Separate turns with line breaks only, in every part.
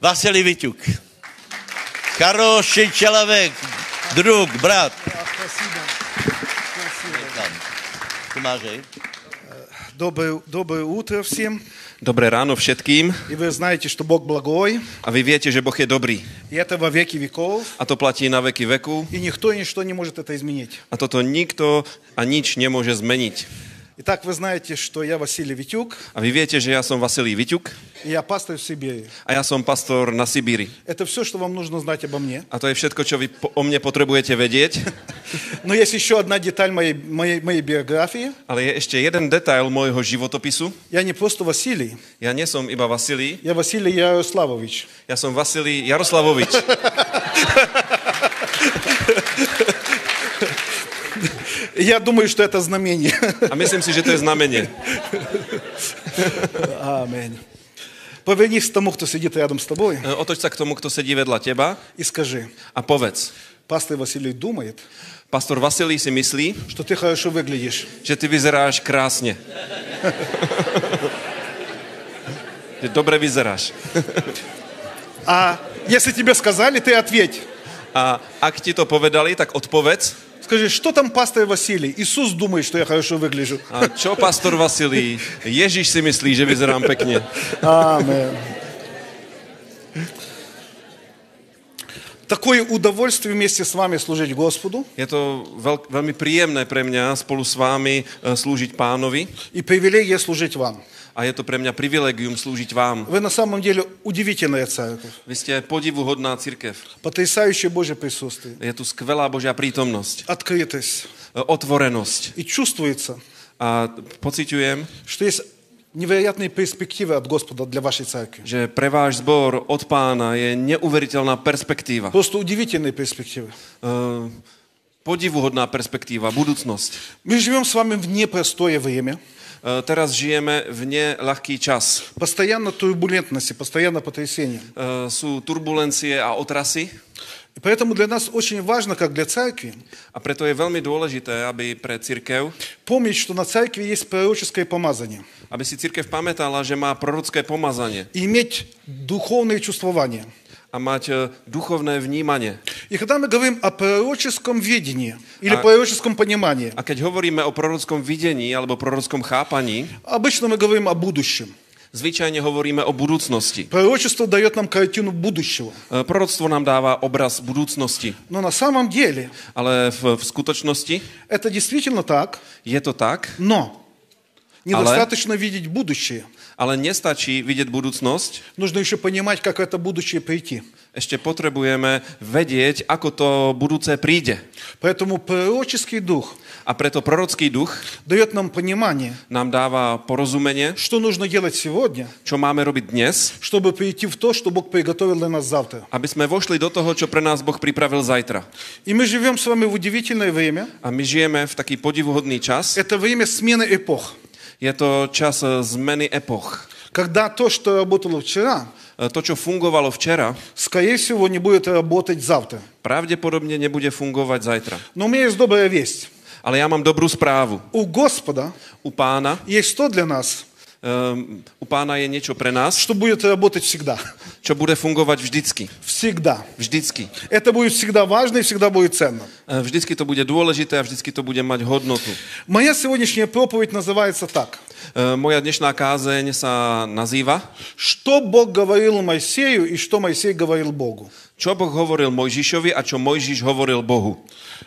Василий Витюк. Хороший человек, друг, брат.
Спасибо. Спасибо.
Тимажей.
Доброе, доброе утро всем.
Dobré ráno všetkým
И вы знаете, что Бог благой,
a vy viete, že Boh je dobrý.
и это во веки веков,
A to platí na veky veku
и никто и ничто не может это изменить.
a toto nikto a nič nemôže zmeniť.
Итак, вы знаете, что я Василий Витюк,
A vy viete, že ja som Vasilij Viťuk
и я пастор в Сибири.
a ja som pastor na Sibíri.
Это все, что вам нужно знать обо мне.
A to je všetko, čo vy po- o mne potrebujete vedieť.
Но есть еще одна деталь моей, моей, моей биографии.
Ale je ešte jeden detail môjho životopisu.
Я не просто Василий,
Ja nie som iba Vasilij,
я Василий Ярославович.
ja som Vasilij Jaroslavovič.
Я думаю, что это знамение.
A myslím si, že to je znamenie.
Аминь. Повернись к тому, кто сидит рядом с тобой,
E, Otoč sa k tomu, kto sedí vedľa teba
и скажи,
a povedz.
пастор Василий думает,
Pastor Vasilij si myslí,
что ты хорошо выглядишь.
že ty vyzeráš krásne. že dobre vyzeráš.
А если тебе сказали, ты ответь.
A ak ti to povedali, tak odpovedz.
Скажи, что там пастор Василий? Иисус думает, что я хорошо выгляжу.
A čo pastor Vasilij? Ježiš si myslí, že vyzerám pekne.
Амен. Такое удовольствие вместе с вами служить Господу
Je to veľ, veľmi príjemné pre mňa spolu s vámi e, slúžiť pánovi
и привилегия служить вам.
a je to pre mňa privilegium slúžiť vám.
Вы на самом деле удивительная церковь,
Vy ste podivuhodná církev.
потрясающее Божье присутствие,
Je tu skvelá Božia prítomnosť, e,
открытость.
otvorenosť
И čувствуется,
a pociťujem,
что есть невероятные перспективы от Господа для вашей церкви.
že pre váš zbor od pána je neuveriteľná perspektíva.
Просто удивительные перспективы.
Eh, podivuhodná perspektíva, budúcnosť. Ehm,
Мы живем с вами в непростое время,
Eh, Teraz žijeme v neľahký čas.
постоянно турбулентности, постоянно потрясения.
Eh, Sú turbulencie a otrasy
И поэтому для нас очень важно, как для церкви,
a preto je veľmi dôležité, aby pre církev,
помнить, что на церкви есть пророческое помазание
aby si církev pamätala, že má prorocké pomazanie
и иметь духовное чувствование.
a mať eh, duchovné vnímanie.
И когда мы говорим о пророческом видении или
А-
пророческом понимании,
A keď hovoríme o prorockom videní alebo prorockom chápaní,
обычно мы говорим о будущем.
zvyčajne hovoríme o budúcnosti.
Пророчество дает нам картину будущего.
Eh, Proroctvo nám dáva obraz budúcnosti,
Но на самом деле
ale v, v skutočnosti
это действительно так,
je to tak,
но недостаточно видеть будущее.
Ale nestačí vidieť budúcnosť,
Нужно еще понимать, как в это будущее прийти.
ešte potrebujeme vedieť, ako to budúce príde.
Поэтому пророческий дух
A preto prorocký duch
дает нам понимание,
nám dáva porozumenie,
что нужно делать сегодня,
čo máme robiť dnes,
чтобы прийти в то, что Бог приготовил для нас завтра.
aby sme vošli do toho, čo pre nás Boh pripravil zajtra.
И мы живем с вами в удивительное время.
A my žijeme v taký podivuhodný čas.
Это время смены эпох.
Je to čas e, zmeny epoch.
Когда то, что работало вчера,
E, To, čo fungovalo včera,
скорее всего, не будет работать завтра.
pravdepodobne nebude fungovať zajtra.
Но у меня есть добрая весть.
Ale ja mám dobrú správu.
У Господа
U pána,
есть то для нас,
um, u pána je niečo pre nás,
что будет работать всегда.
čo bude fungovať vždycky.
Всегда.
Vždycky. E,
Это будет всегда важно и всегда будет ценно.
Vždycky to bude dôležité a vždycky to bude mať hodnotu.
Моя сегодняшняя проповедь называется так.
E, Moja dnešná kázeň sa nazýva
Что Бог говорил Моисею и что Моисей говорил Богу.
Čo Boh hovoril Mojžišovi a čo Mojžiš hovoril Bohu.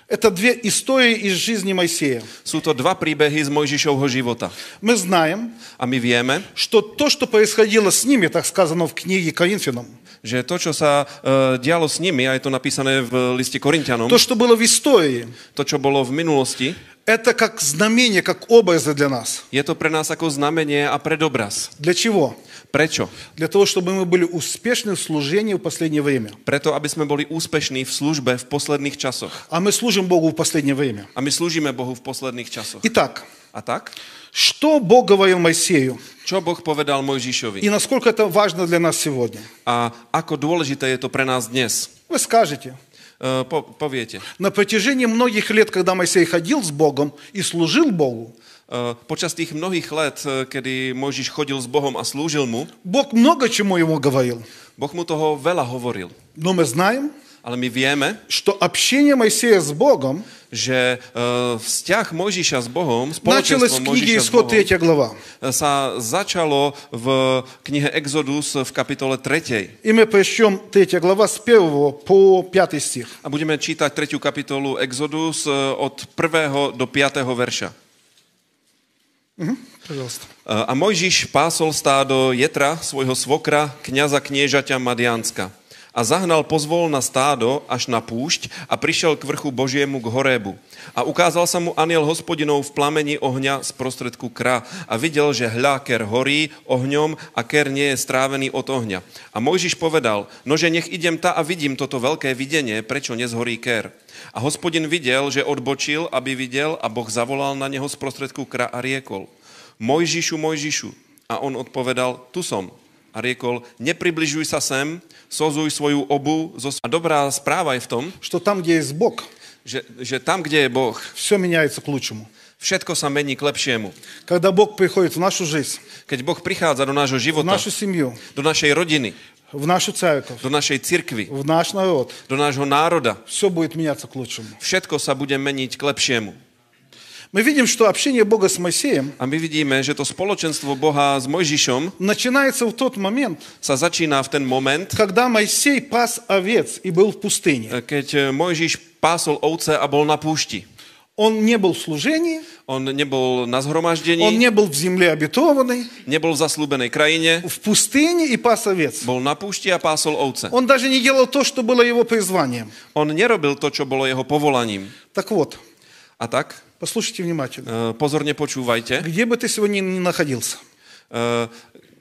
Это две истории из жизни Моисея.
Sú to dva príbehy z Mojžišovho života.
Мы знаем,
A my vieme,
что то, что происходило с ними, так сказано в книге Коринфянам,
že to, čo sa e, dialo s nimi, a je to napísané v liste Korintianom,
то, что было в истории,
to, čo bolo v minulosti,
это как знамение, как образы для нас.
je to pre nás ako znamenie a predobraz.
Для чего?
Prečo?
Для того, чтобы мы были успешны в служении в последнее время.
Preto, aby sme boli úspešní v službe v posledných časoch.
А мы служим Богу в последнее время.
A my slúžime Bohu v posledných časoch.
Итак,
A tak?
что Бог говорил Моисею
Čo Boh povedal Mojžišovi?
и насколько это важно для нас сегодня?
A ako dôležité je to pre nás dnes?
Вы скажете,
E, Po, poviete.
на протяжении многих лет, когда Моисей ходил с Богом и служил Богу,
eh, počas tých mnohých let, eh, kedy Mojžiš chodil s Bohom a slúžil mu,
Бог много чему ему говорил.
Boh mu toho veľa hovoril.
Но мы знаем,
Ale my vieme,
что общение Моисея с Богом
že eh, vzťah Mojžiša s Bohom,
началось
spoločenstvo
в книге
Mojžiša s
«Исход»
Bohom, eh,
3 глава.
sa začalo v knihe Exodus v kapitole 3.
И мы прочтем 3 глава с 1 по 5 стих.
A budeme čítať 3. kapitolu Exodus eh, od 1. do 5. verša.
Пожалуйста.
A Mojžiš pásol stádo Jetra, svojho svokra, kniaza kniežaťa Madianska. A zahnal pozvol na stádo až na púšť a prišiel k vrchu Božiemu k Horébu. A ukázal sa mu aniel hospodinov v plameni ohňa z prostredku kra a videl, že hľa ker horí ohňom a ker nie je strávený od ohňa. A Mojžiš povedal, nože nech idem ta a vidím toto veľké videnie, prečo nezhorí ker. A hospodin videl, že odbočil, aby videl a Boh zavolal na neho z prostredku kra a riekol. Mojžišu, Mojžišu. A on odpovedal, tu som. A riekol, nepribližuj sa sem, sozuj svoju obu. Zo... A dobrá správa je v tom,
Что там, где есть Бог,
že, že tam, kde je Boh,
все меняется к лучшему.
všetko sa mení k lepšiemu.
Когда Бог приходит в нашу жизнь,
Keď Boh prichádza do nášho
в
života,
нашу семью,
do našej rodiny,
в нашу церковь,
do našej cirkvy,
в наш народ,
do nášho národa,
все будет меняться к лучшему.
všetko sa bude meniť k lepšiemu.
Мы видим, что общение Бога с Моисеем
A my vidíme, že to spoločenstvo Boha s Mojžišom
начинается в тот момент,
sa začína v ten moment,
когда Моисей пас овец и был в пустыне.
keď Mojžiš pásol ovce a bol na púšti.
Он не был в служении,
On nebol na zhromaždení.
он не был в земле обетованной,
nebol v zaslúbenej krajine,
в пустыне и пас овец.
bol na púšti a pásol ovce.
Он даже не делал то, что было его призванием.
On nerobil to, čo bolo jeho povolaním.
Так вот,
A tak,
послушайте внимательно.
e, pozorne počúvajte, e,
Где бы ты сегодня ни находился,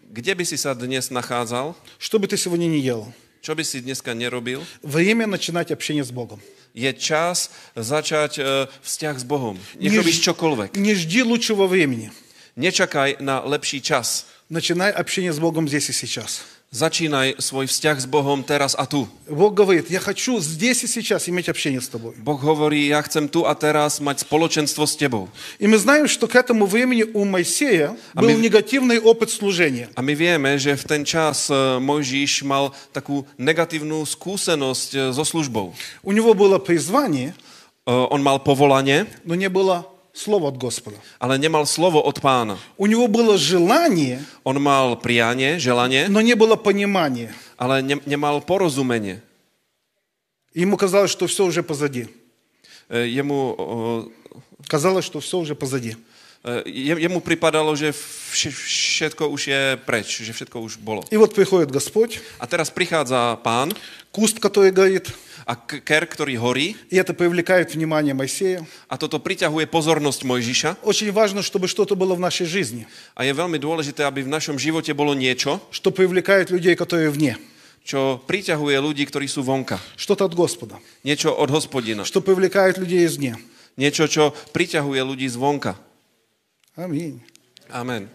kde by si sa dnes nachádzal,
что бы ты сегодня ни делал,
čo by si dneska nerobil,
время начинать общение с Богом.
je čas začať e, vzťah s Bohom. Nech
Не
robíš
ж-
čokoľvek.
не жди лучшего времени.
Nečakaj na lepší čas.
Начинай общение с Богом здесь и сейчас.
Začínaj svoj vzťah s Bohom teraz a tu.
Бог говорит, я хочу здесь и сейчас иметь общение с тобой.
Boh hovorí, ja chcem tu a teraz mať spoločenstvo s tebou.
И мы знаем, что к этому времени у Моисея
А
был
мы-
негативный опыт служения.
A my vieme, že v ten čas e, Mojžiš mal takú negatívnu skúsenosť e, so službou. E,
У него было призвание,
On mal povolanie,
но не было слова от Господа.
ale nemal slovo od pána.
У него было желание,
On mal prianie, želanie,
но не было понимания.
ale ne- nemal porozumenie.
Ему казалось, что все уже позади.
E, Jemu, o,
Казалось, что все уже позади.
e, je- jemu pripadalo, že vš- všetko už je preč, že všetko už bolo.
И вот приходит Господь,
A teraz prichádza pán
куст, который горит,
a k- ker, ktorý horí
и это привлекает внимание Моисея.
a toto priťahuje pozornosť Mojžiša
Очень важно, чтобы что-то было в нашей жизни,
a je veľmi dôležité, aby v našom živote bolo niečo,
что привлекает людей, которые вне.
čo priťahuje ľudí, ktorí sú vonka.
Что-то от Господа,
Niečo od hospodina.
что привлекает людей извне.
Niečo, čo priťahuje ľudí zvonka.
Аминь.
Amen.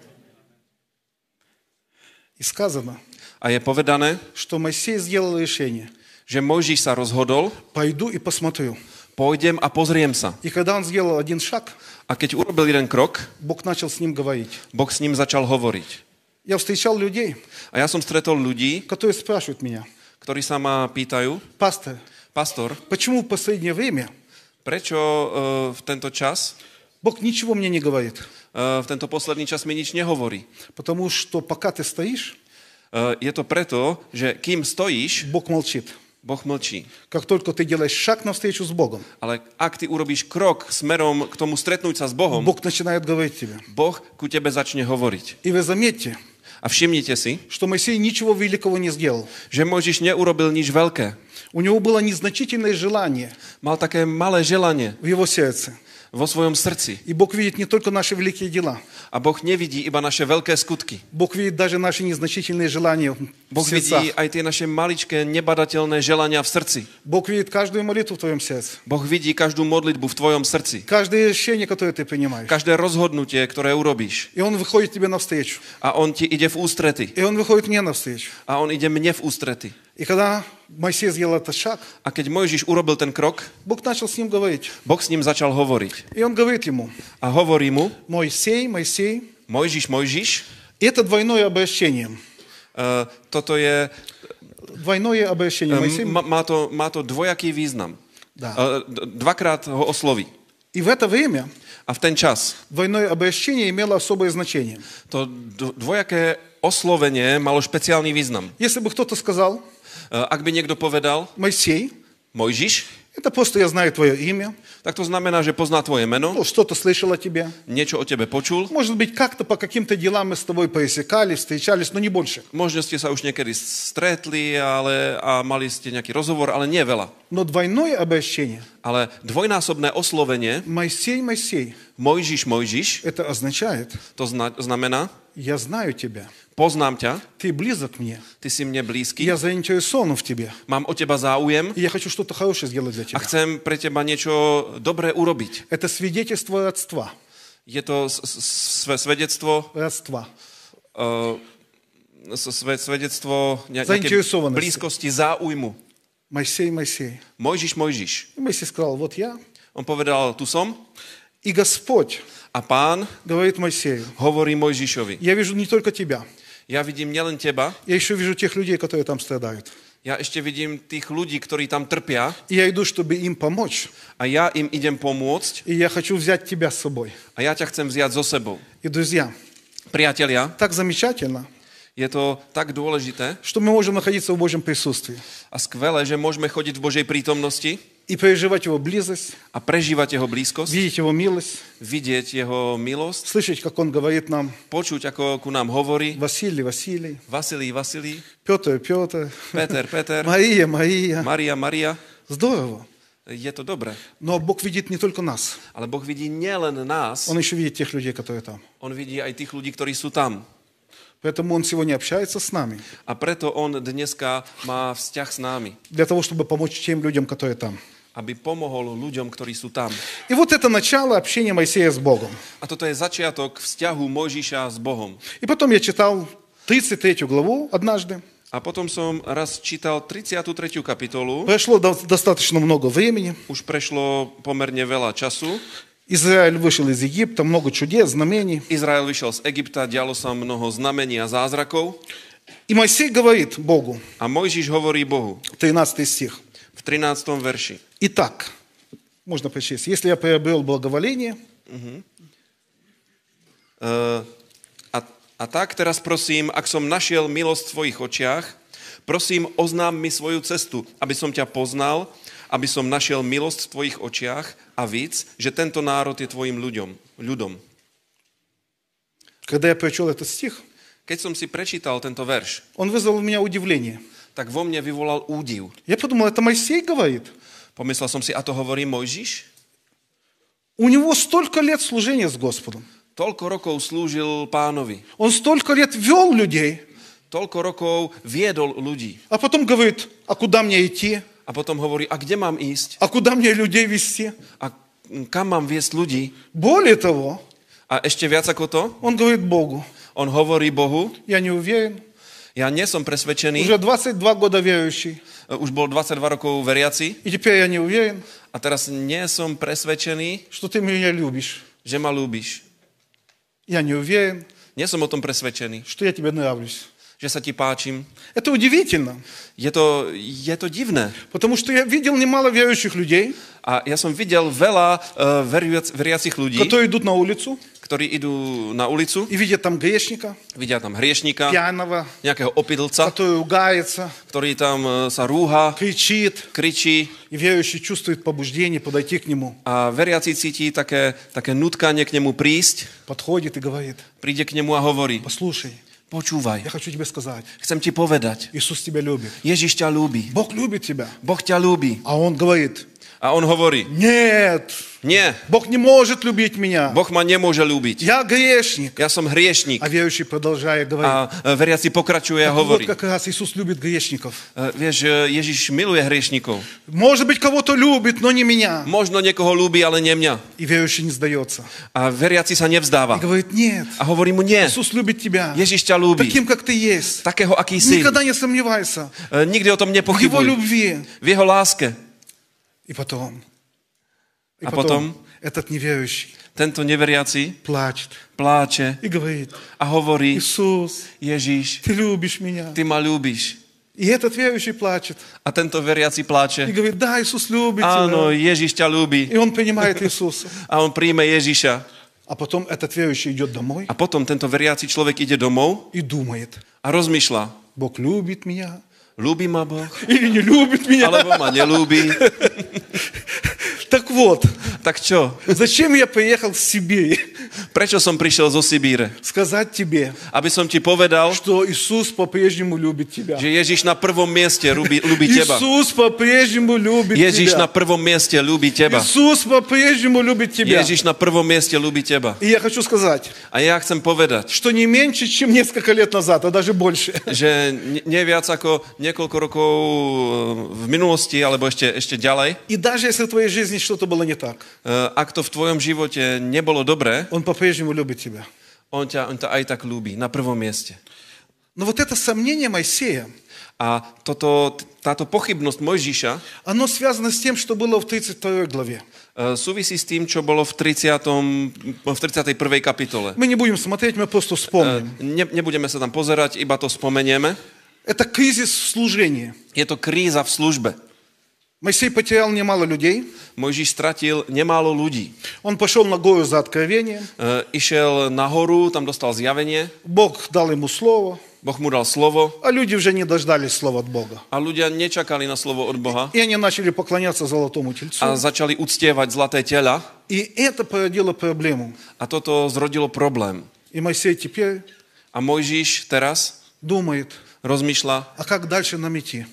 И сказано,
A je povedané,
что Моисей сделал решение.
že Mojžiš sa rozhodol,
Пойду и посмотрю.
pôjdem a pozriem sa.
И когда он сделал один шаг,
A keď urobil jeden krok,
Бог начал с ним говорить.
Boh s ním začal hovoriť.
Я встречал людей,
A ja som stretol ľudí,
которые spрашивают меня,
ktorí sa ma pýtajú,
пастор,
pastor,
почему в последнее время
prečo e, v tento čas,
Бог ничего мне не говорит?
e, v tento posledný čas mi nič nehovorí. E,
Потому что пока ты стоишь,
je to preto, že kým stojíš,
Бог молчит.
Boh mlčí.
Как только ты делаешь шаг навстречу с Богом,
Ale ak ty urobíš krok smerom k tomu stretnúť sa s Bohom,
Бог начинает говорить тебе.
Boh ku tebe začne hovoriť.
И вы заметьте,
A všimnite si,
что Моисей ничего великого не сделал.
že Mojžiš neurobil nič veľké.
У него было незначительное желание
Mal také malé želanie
в его сердце.
vo svojom srdci.
И Бог видит не только наши великие дела,
A Boh nevidí iba naše veľké skutky.
Бог видит даже наши незначительные желания в
Boh
сердцах.
vidí aj tie naše maličké, nebadateľné želania v srdci.
Бог видит каждую молитву в твоем сердце,
Boh vidí každú modlitbu v tvojom srdci.
каждое решение, которое ты принимаешь.
Každé rozhodnutie, ktoré urobíš.
И Он выходит тебе навстречу.
A On ti ide v ústrety.
И Он выходит мне навстречу.
A On ide mne v ústrety.
И когда Моисей сделал этот шаг,
A keď Mojžiš urobil ten krok,
Бог начал с ним говорить.
Boh s ním začal hovoriť.
И он говорит ему,
A hovorí mu,
Моисей, Моисей.
Mojžiš, Mojžiš,
И это двойное обращение.
eh, toto je,
Двойное обращение.
eh,
Моисей.
má, má, to, má to dvojaký význam.
Dá.
Eh, d- Dvakrát ho osloví.
И в это время
A v ten čas
двойное обращение имело особое значение.
to d- dvojaké oslovenie malo špeciálny význam.
Если бы кто-то сказал,
Eh, Ak by niekto povedal
Моисей,
Mojžiš,
это просто я знаю твое имя,
tak to znamená, že pozná tvoje meno,
ну, что-то слышал о тебе.
niečo o tebe počul,
Может быть, как-то по каким-то делам мы с тобой пересекались, встречались, но не больше.
možno ste sa už niekedy stretli ale, a mali ste nejaký rozhovor, ale nie veľa.
Но двойное обращение
Ale dvojnásobné oslovenie
Моисей, Моисей,
Mojžiš, Mojžiš,
это означает,
to zna- znamená,
я знаю тебя,
poznám ťa,
ты близок мне,
ty si mne blízky,
я заинтересован в тебе,
mám o teba záujem
и я хочу что-то хорошее сделать для
a
тебя.
chcem pre teba niečo dobré urobiť.
Это свидетельство родства.
Je to s- s- sve- svedectvo,
Родства.
uh, svedectvo ne- nejakej
Zainteresovanosti.
blízkosti, záujmu.
Моисей, Моисей.
Mojžiš, Mojžiš.
И Моисей сказал, вот я.
On povedal, tu som
И Господь
a pán
говорит Моисею,
hovorí Mojžišovi.
я вижу не только тебя,
Ja vidím nielen teba,
я еще вижу тех людей, которые там страдают.
ja ešte vidím tých ľudí, ktorí tam trpia
И я иду, чтобы им помочь.
a ja im idem pomôcť
И я хочу взять тебя с собой.
a ja ťa chcem vziať so sebou.
И, друзья,
Priatelia,
так замечательно,
je to tak dôležité
что мы можем находиться в Божьем присутствии
a skvelé, že môžeme chodiť v Božej prítomnosti
и переживать Его близость,
a prežívať Jeho blízkosť,
видеть Его милость,
vidieť Jeho milosť,
слышать, как Он говорит нам,
počuť, ako ku nám hovorí
Василий, Василий,
Vasilí, Vasilí,
Петр, Петр,
Peter, Peter,
Мария, Мария.
Maria, Maria.
Здорово.
Je to dobré.
Но Бог видит не только нас,
Ale Boh vidí nielen nás,
Он еще видит тех людей, которые там.
On vidí aj tých ľudí, ktorí sú tam.
Поэтому Он сегодня общается с нами,
A preto on dneska má vzťah s námi,
для того, чтобы помочь тем людям, которые там.
aby pomohol ľuďom, ktorí sú tam.
И вот это начало общения Моисея с Богом.
A toto je začiatok vzťahu Mojžiša s Bohom.
И потом я читал 33 главу однажды.
A potom som raz čítal 33. kapitolu,
Прошло до- достаточно много времени.
už prešlo pomerne veľa času.
Израиль вышел из Египта, много чудес, знамений.
Izrael vyšiel z Egypta, dialo sa mnoho znamení a zázrakov
И Моисей говорит Богу,
a Mojžiš hovorí Bohu
13 стих,
v 13. verši. E,
«Итак, можно прочесть, если я приобрел благоволение,
Eh, a, a tak teraz prosím, ak som našiel milosť v tvojich očiach, prosím, oznám mi svoju cestu, aby som ťa poznal, aby som našiel milosť v tvojich očiach a víc, že tento národ je tvojim ľuďom, ľudom.
когда я прочел этот стих,
Keď som si prečítal tento verš,
он вызвал у меня удивление.
tak vo mne vyvolal údiv.
Я подумал, это Моисей говорит.
Pomyslel som si, a to hovorí Mojžiš?
У него столько лет служения с Господом.
Toľko rokov slúžil pánovi,
Он столько лет вел людей,
toľko rokov viedol ľudí.
а потом говорит, а куда мне идти?
A potom hovorí, a kde mám ísť?
А куда мне людей вести?
A kam mám viesť ľudí?
Более того,
A ešte viac ako to,
он говорит Богу,
On hovorí Bohu,
я не уверен,
ja nie som presvedčený, eh,
уже 22 года верующий,
už bol 22 rokov veriaci
и теперь я не уверен,
a teraz nie som presvedčený,
что ты меня любишь.
že ma ľúbiš.
Я не уверен,
Nie som o tom presvedčený,
что я тебе нравлюсь.
že sa ti páčim.
Это удивительно,
Je to, je to divné.
потому что я видел немало верующих людей,
A ja som videl veľa uh, veriac, veriacich ľudí,
которые идут на улицу
ktorí idú na ulicu,
и видят там грешника,
vidia tam hriešnika,
пьяного,
nejakého opidlca,
который ругается,
ktorý tam eh, sa rúha,
кричит,
kričí
и верующий чувствует побуждение подойти к нему,
a veriaci cíti také, také nutkanie k nemu prísť,
подходит и говорит,
príde k nemu a hovorí,
послушай, я
počúvaj,
хочу тебе сказать,
chcem ti povedať,
Иисус тебя любит,
Ježiš ťa ľúbi.
Бог любит тебя,
Boh ťa ľúbi.
а Он говорит,
A on hovorí,
нет,
nie,
Бог не может любить меня,
Boh ma nemôže ľúbiť.
я грешник.
Ja som hriešnik.
А верующий продолжает говорить,
A e, veriaci pokračuje a
вот
hovorí,
как раз Иисус любит грешников.
e, vieš, e, Ježiš miluje hriešnikov.
Может быть, кого-то любит, но не меня.
Možno niekoho ľúbi, ale nie mňa.
И верующий не сдается.
A veriaci sa
И
nevzdáva.
говорит, нет,
A hovorí mu, nie,
Иисус любит тебя,
Ježiš ťa ľúbi.
таким, как ты есть.
Takého, aký si.
Никогда не сомневайся
E, Nikdy o
в
tom
Его
nepochybuj.
любви.
V jeho láske.
И потом, и
А потом?
этот неверующий
Tento neveriaci
плачет
pláče
и говорит,
a hovorí,
Иисус,
Ježiš,
ты любишь меня.
ty ma ľúbiš.
И этот верующий плачет
A tento veriaci
и
pláče,
говорит, да, Иисус любит
áno,
тебя.
Ježiš ťa ľúbi.
И он принимает Иисуса.
A on príjme Ježiša.
А потом этот верующий идет домой
A potom tento veriaci človek ide domov
и думает,
a rozmýšľa,
Бог любит меня
ľúbi ma Boh,
или не любит меня.
alebo ma nelúbi.
Так вот,
Tak čo?
зачем я приехал в Сибирь
Prečo som prišiel zo Sibíre?
сказать тебе,
Aby som ti povedal,
что Иисус по-прежнему любит тебя.
že Ježiš na prvom mieste ľúbi, ľúbi teba.
Иисус по-прежнему любит
Ježiš na
тебя.
prvom mieste ľúbi teba.
Иисус по-прежнему любит тебя.
Ježiš na prvom mieste ľúbi teba.
И я хочу сказать,
A ja chcem povedať,
что не меньше, чем несколько лет назад, а даже больше.
že ne- nie viac ako niekoľko rokov e, v minulosti, alebo ešte, ešte ďalej, e,
И даже если в твоей жизни что-то было не так,
ak to v tvojom živote nebolo dobré,
Он по-прежнему любит тебя.
on ťa, on ťa aj tak ľúbi, na prvom mieste.
Но вот это сомнение Моисея,
A toto, t- táto pochybnosť Mojžiša e,
оно связано с тем, что было в 32 главе.
súvisí s tým, čo bolo v, 30, v 31. kapitole.
Мы не будем смотреть, мы просто
E,
вспомним.
Ne, nebudeme sa tam pozerať, iba to spomenieme.
Это кризис в служении.
Je to kríza v službe.
Моисей потерял немало людей.
Mojžiš stratil nemálo ľudí.
Он пошел на гору за откровением.
E, išiel nahoru, tam dostal zjavenie,
Бог дал ему слово,
Boh mu dal slovo
а люди уже не дождались слова от Бога.
a ľudia nečakali na slovo od Boha
И они начали поклоняться золотому тельцу.
a začali uctievať zlaté tela
И это породило проблему.
a toto zrodilo problém.
И Моисей теперь
A Mojžiš teraz
думает,
rozmýšľa,
а как дальше нам идти?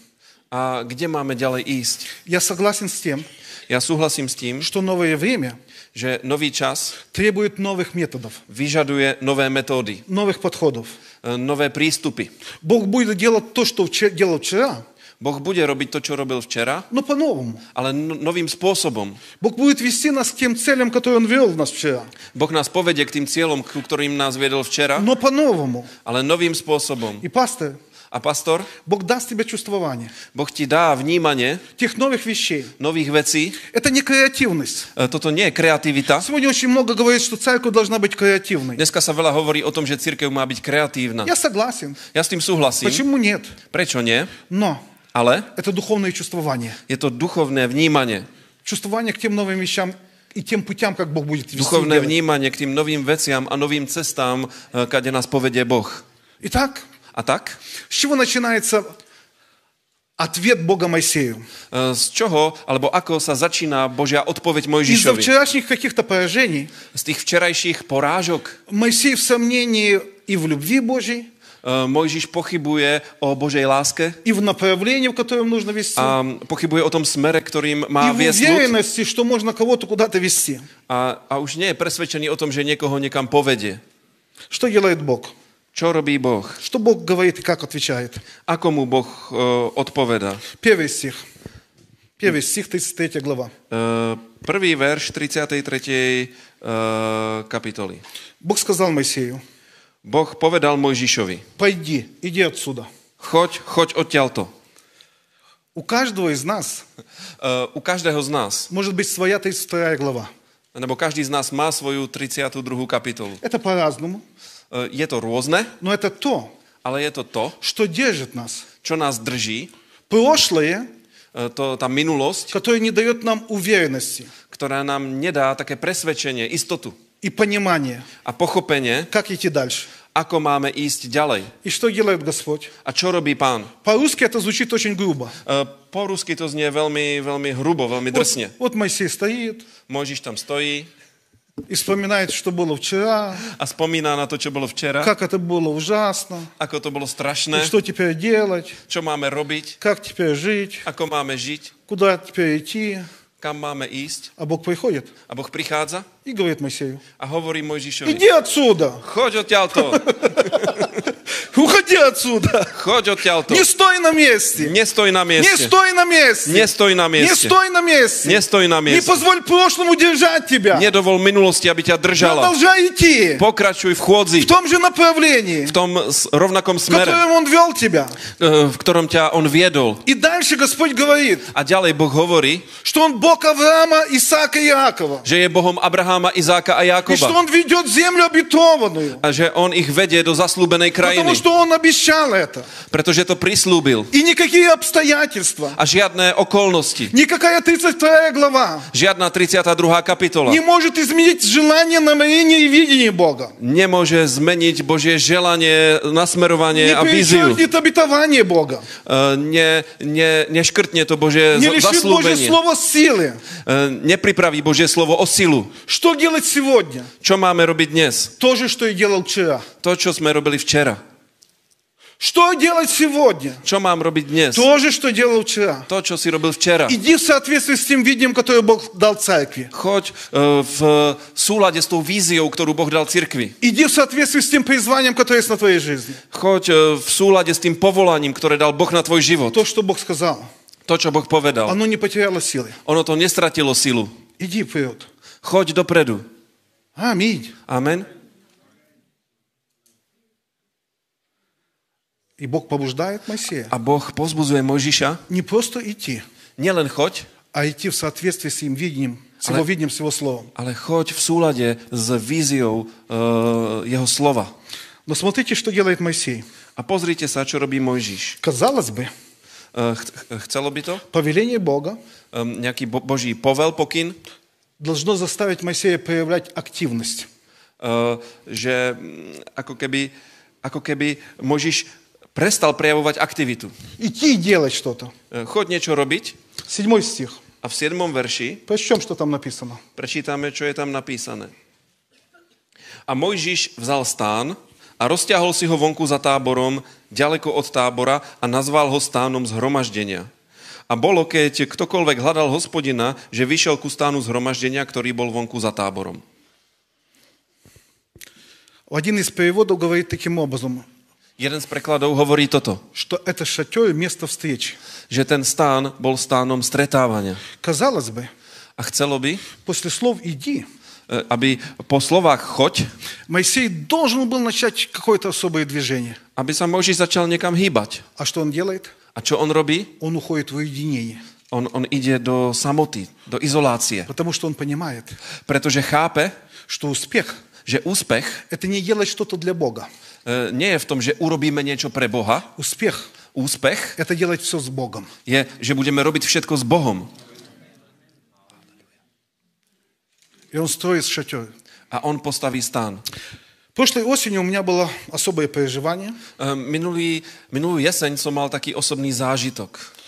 a kde máme ďalej ísť.
Я согласен с тем,
Ja súhlasím s tým,
что новое время
že nový čas
требует новых методов,
vyžaduje nové metódy, e,
новых подходов.
nové prístupy.
Бог будет делать то, что вче- делал вчера,
Boh bude robiť to, čo robil včera,
но по-новому.
ale no- novým spôsobom.
Бог будет вести нас к тем целям, которые Он вел нас вчера,
Boh nás povedie k tým cieľom, ku ktorým nás viedol včera,
но по-новому.
ale novým spôsobom.
И, пастор,
A pastor,
Бог даст тебе чувствование
Boh ti dá vnímanie
тех новых вещей.
nových vecí.
Это не креативность.
E, Toto nie je kreativita.
Сегодня очень много говорит, что церковь должна быть креативной.
Dneska sa veľa hovorí o tom, že církev má byť kreatívna.
Я согласен.
Ja s tým súhlasím.
Почему нет?
Prečo nie?
Но
Ale
это духовное чувствование.
je to duchovné vnímanie.
Чувствование к тем новым вещам и тем путям, как Бог будет вести.
Duchovné
делать.
vnímanie k tým novým veciam a novým cestám, e, kade nás povedie Boh.
Итак,
A tak?
с чего начинается ответ Бога Моисею?
E, Z čoho, alebo ako sa začína Božia odpoveď
Из-за
Mojžišovi?
вчерашних каких-то поражений
Z tých včerajších porážok
Моисей в сомнении и в любви Божьей,
e, Mojžiš pochybuje o Božej láske
и в направлении, в котором нужно вести,
a pochybuje o tom smere, ktorým
и
má
в
viesť ľud
уверенности, что можно кого-то куда-то вести.
a, a už nie je presvedčený o tom, že niekoho niekam povedie.
Что делает Бог?
Čo robí Boh?
Что Бог говорит и как отвечает?
Ako mu Boh e, odpoveda? Eh,
Первый стих. Первый стих, 33 глава.
E, prvý verš 33. E, kapitoly.
Бог сказал Моисею,
Boh povedal Mojžišovi,
пойди, иди отсюда.
choď, choď odtiaľto.
У каждого из нас
E, u každého z nás,
может быть своя 32 глава.
nebo každý z nás má svoju 32. kapitolu.
Это по-разному,
E, je to rôzne,
но это то,
ale je to to,
что держит нас.
čo nás drží,
Прошлое,
e, to, tá minulosť,
которое не дает нам уверенности
ktorá nám nedá také presvedčenie, istotu
и понимания,
a pochopenie,
как идти дальше.
ako máme ísť ďalej.
И что делает Господь?
A čo robí pán?
По-русски это звучит очень грубо.
E, Po rusky to znie veľmi, veľmi hrubo,
Вот,
veľmi drsne.
вот Моисей стоит
Mojžiš tam stojí
и вспоминает, что было вчера,
a spomína na to, čo bolo včera,
как это было ужасно,
ako to bolo
и
strašné,
что теперь делать,
čo máme robiť,
как теперь жить,
ako máme žiť,
куда теперь идти.
kam máme ísť.
А Бог приходит
A Boh prichádza
и говорит Моисею,
a hovorí Mojžišovi,
иди отсюда,
choď odtiaľto,
уходи отсюда,
choď odtiaľto,
не стой на месте,
nestoj na
не
mieste,
стой на месте,
nestoj na
не
mieste,
стой на месте,
Нестой на месте.
не позволь прошлому держать тебя,
nedovol minulosti, aby ťa držala.
продолжай идти
Pokračuj v chôdzi,
в том же направлении,
v tom s-
в
rovnakom smere,
котором он вел тебя.
eh, v ktorom ťa on viedol.
И дальше Господь говорит,
A ďalej Boh hovorí,
что он Бог Авраама, Исаака и Иакова.
že je Bohom Abraháma, Izáka a
И что
Jákoba.
он ведет землю обетованную.
A že on ich vedie do zaslúbenej
Потому
krajiny,
что он обещал это.
pretože to prislúbil.
И никакие обстоятельства,
A žiadne okolnosti,
никакая 32 глава
žiadna 32. kapitola
не может изменить желание, намерение и видение Бога.
nemôže zmeniť Božie želanie, nasmerovanie
Не
a víziu.
перечеркнет обетование Бога.
Eh, Ne, ne, neškrtne to Božie
Не
za-
лишит Божье
zaslúbenie.
Слово силы.
Eh, Nepripraví Božie slovo o silu.
Что делать сегодня?
Čo máme robiť dnes?
То же, что и делал вчера.
To, čo sme robili včera.
Что делать сегодня?
Čo mám robiť dnes?
То же, что делал вчера.
To, čo si robil včera.
Иди в соответствии с тем видением, которое Бог дал церкви.
Choď eh, v súlade s tou víziou, ktorú Boh dal cirkvi.
Иди в соответствии с тем призванием, которое есть на твоей жизни.
Choď eh, v súlade s tým povolaním, ktoré dal Boh na tvoj život.
То, что Бог сказал,
To, čo Boh povedal.
оно не потеряло силы.
Ono to nestratilo silu.
Иди вперед.
Choď dopredu.
Аминь.
Amen.
И Бог побуждает Моисея
A Boh pozbudzuje Mojžiša,
не просто идти,
nielen choď,
а идти в соответствии с им видением, с его
Але-
видением, с его словом.
ale choď v súlade s víziou eh, jeho slova.
Но смотрите, что делает Моисей.
A pozrite sa, čo robí Mojžiš.
Казалось бы,
Eh, ch- ch- Chcelo by to?
повеление Бога
Em, Nejaký bo- boží povel, pokyn? E,
должно заставить Моисея проявлять активность.
Eh, že mm, ako keby, ako keby Možiš prestal prejavovať aktivitu.
Идти и делать что-то.
Eh, Choď niečo robiť
Седьмой стих.
a v 7. verši
Прочтем, что там написано.
prečítame, čo je tam napísané. A Mojžiš vzal stán a rozťahol si ho vonku za táborom, ďaleko od tábora a nazval ho stánom zhromaždenia. A bolo, keď ktokoľvek hľadal hospodina, že vyšiel ku stánu zhromaždenia, ktorý bol vonku za táborom.
Один из переводов говорит таким образом,
Jeden z prekladov hovorí toto,
что это шатер место встречи.
že ten stán bol stánom stretávania.
Казалось бы,
A chcelo by, e,
после слов «иди»
aby po slovách choď,
Моисей должен был начать какое-то особое движение.
aby sa Mojžiš začal niekam hýbať.
А что он делает?
A čo on robí?
Он уходит в уединение,
On, on ide do samoty, do izolácie,
потому что он понимает,
pretože chápe,
что успех
že úspech
– это не делать что-то для Бога.
e, nie je v tom, že urobíme niečo pre Boha.
Успех –
Úspech
это делать все с Богом.
je, že budeme robiť všetko s Bohom.
И он строит шатер.
A on postaví stán.
Прошлой осенью у меня было особое переживание.
E, Minulý, minulú jeseň som mal taký osobný zážitok. E,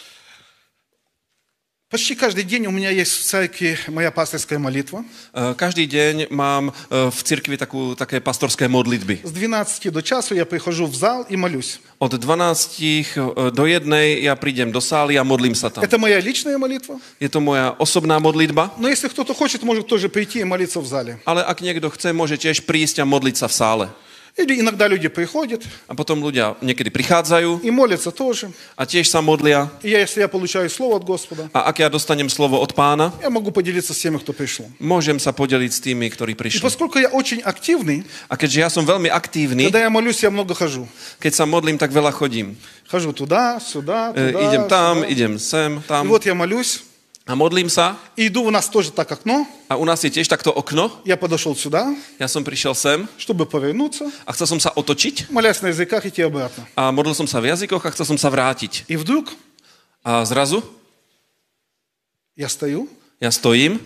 Почти каждый день у меня есть в церкви моя пасторская молитва.
E, Každý deň mám e, v cirkvi takú, také pastorské modlitby.
С 12 до часу я прихожу в зал и молюсь.
Od 12 do 1 ja prídem do sály a modlím sa tam.
Это моя личная молитва.
Je to moja osobná modlitba,
Но если кто-то хочет, может тоже прийти и молиться в зале.
ale ak niekto chce, môže tiež prísť a modliť sa v sále.
Или иногда люди приходят
A potom ľudia niekedy prichádzajú
и молятся тоже.
a tiež sa modlia.
И я, если я получаю слово от Господа,
A ak ja dostanem slovo od pána,
я могу поделиться с теми, кто пришел.
môžem sa podeliť s tými, ktorí
И
prišli.
поскольку я очень активный,
A keďže ja som veľmi aktívny,
когда я молюсь, я много хожу.
keď sa modlím, tak veľa chodím.
Хожу туда, сюда,
E,
туда.
idem tam,
сюда.
idem sem,
И
tam
вот я молюсь,
a modlím sa.
и иду, у нас тоже так окно.
A u nás je tiež takto okno.
Я подошел сюда,
Ja som prišiel sem
чтобы повернуться,
a chcel som sa otočiť
молясь на языках, идти обратно.
a modlil som sa v jazykoch a chcel som sa vrátiť.
И вдруг
A zrazu
я стою,
ja stojím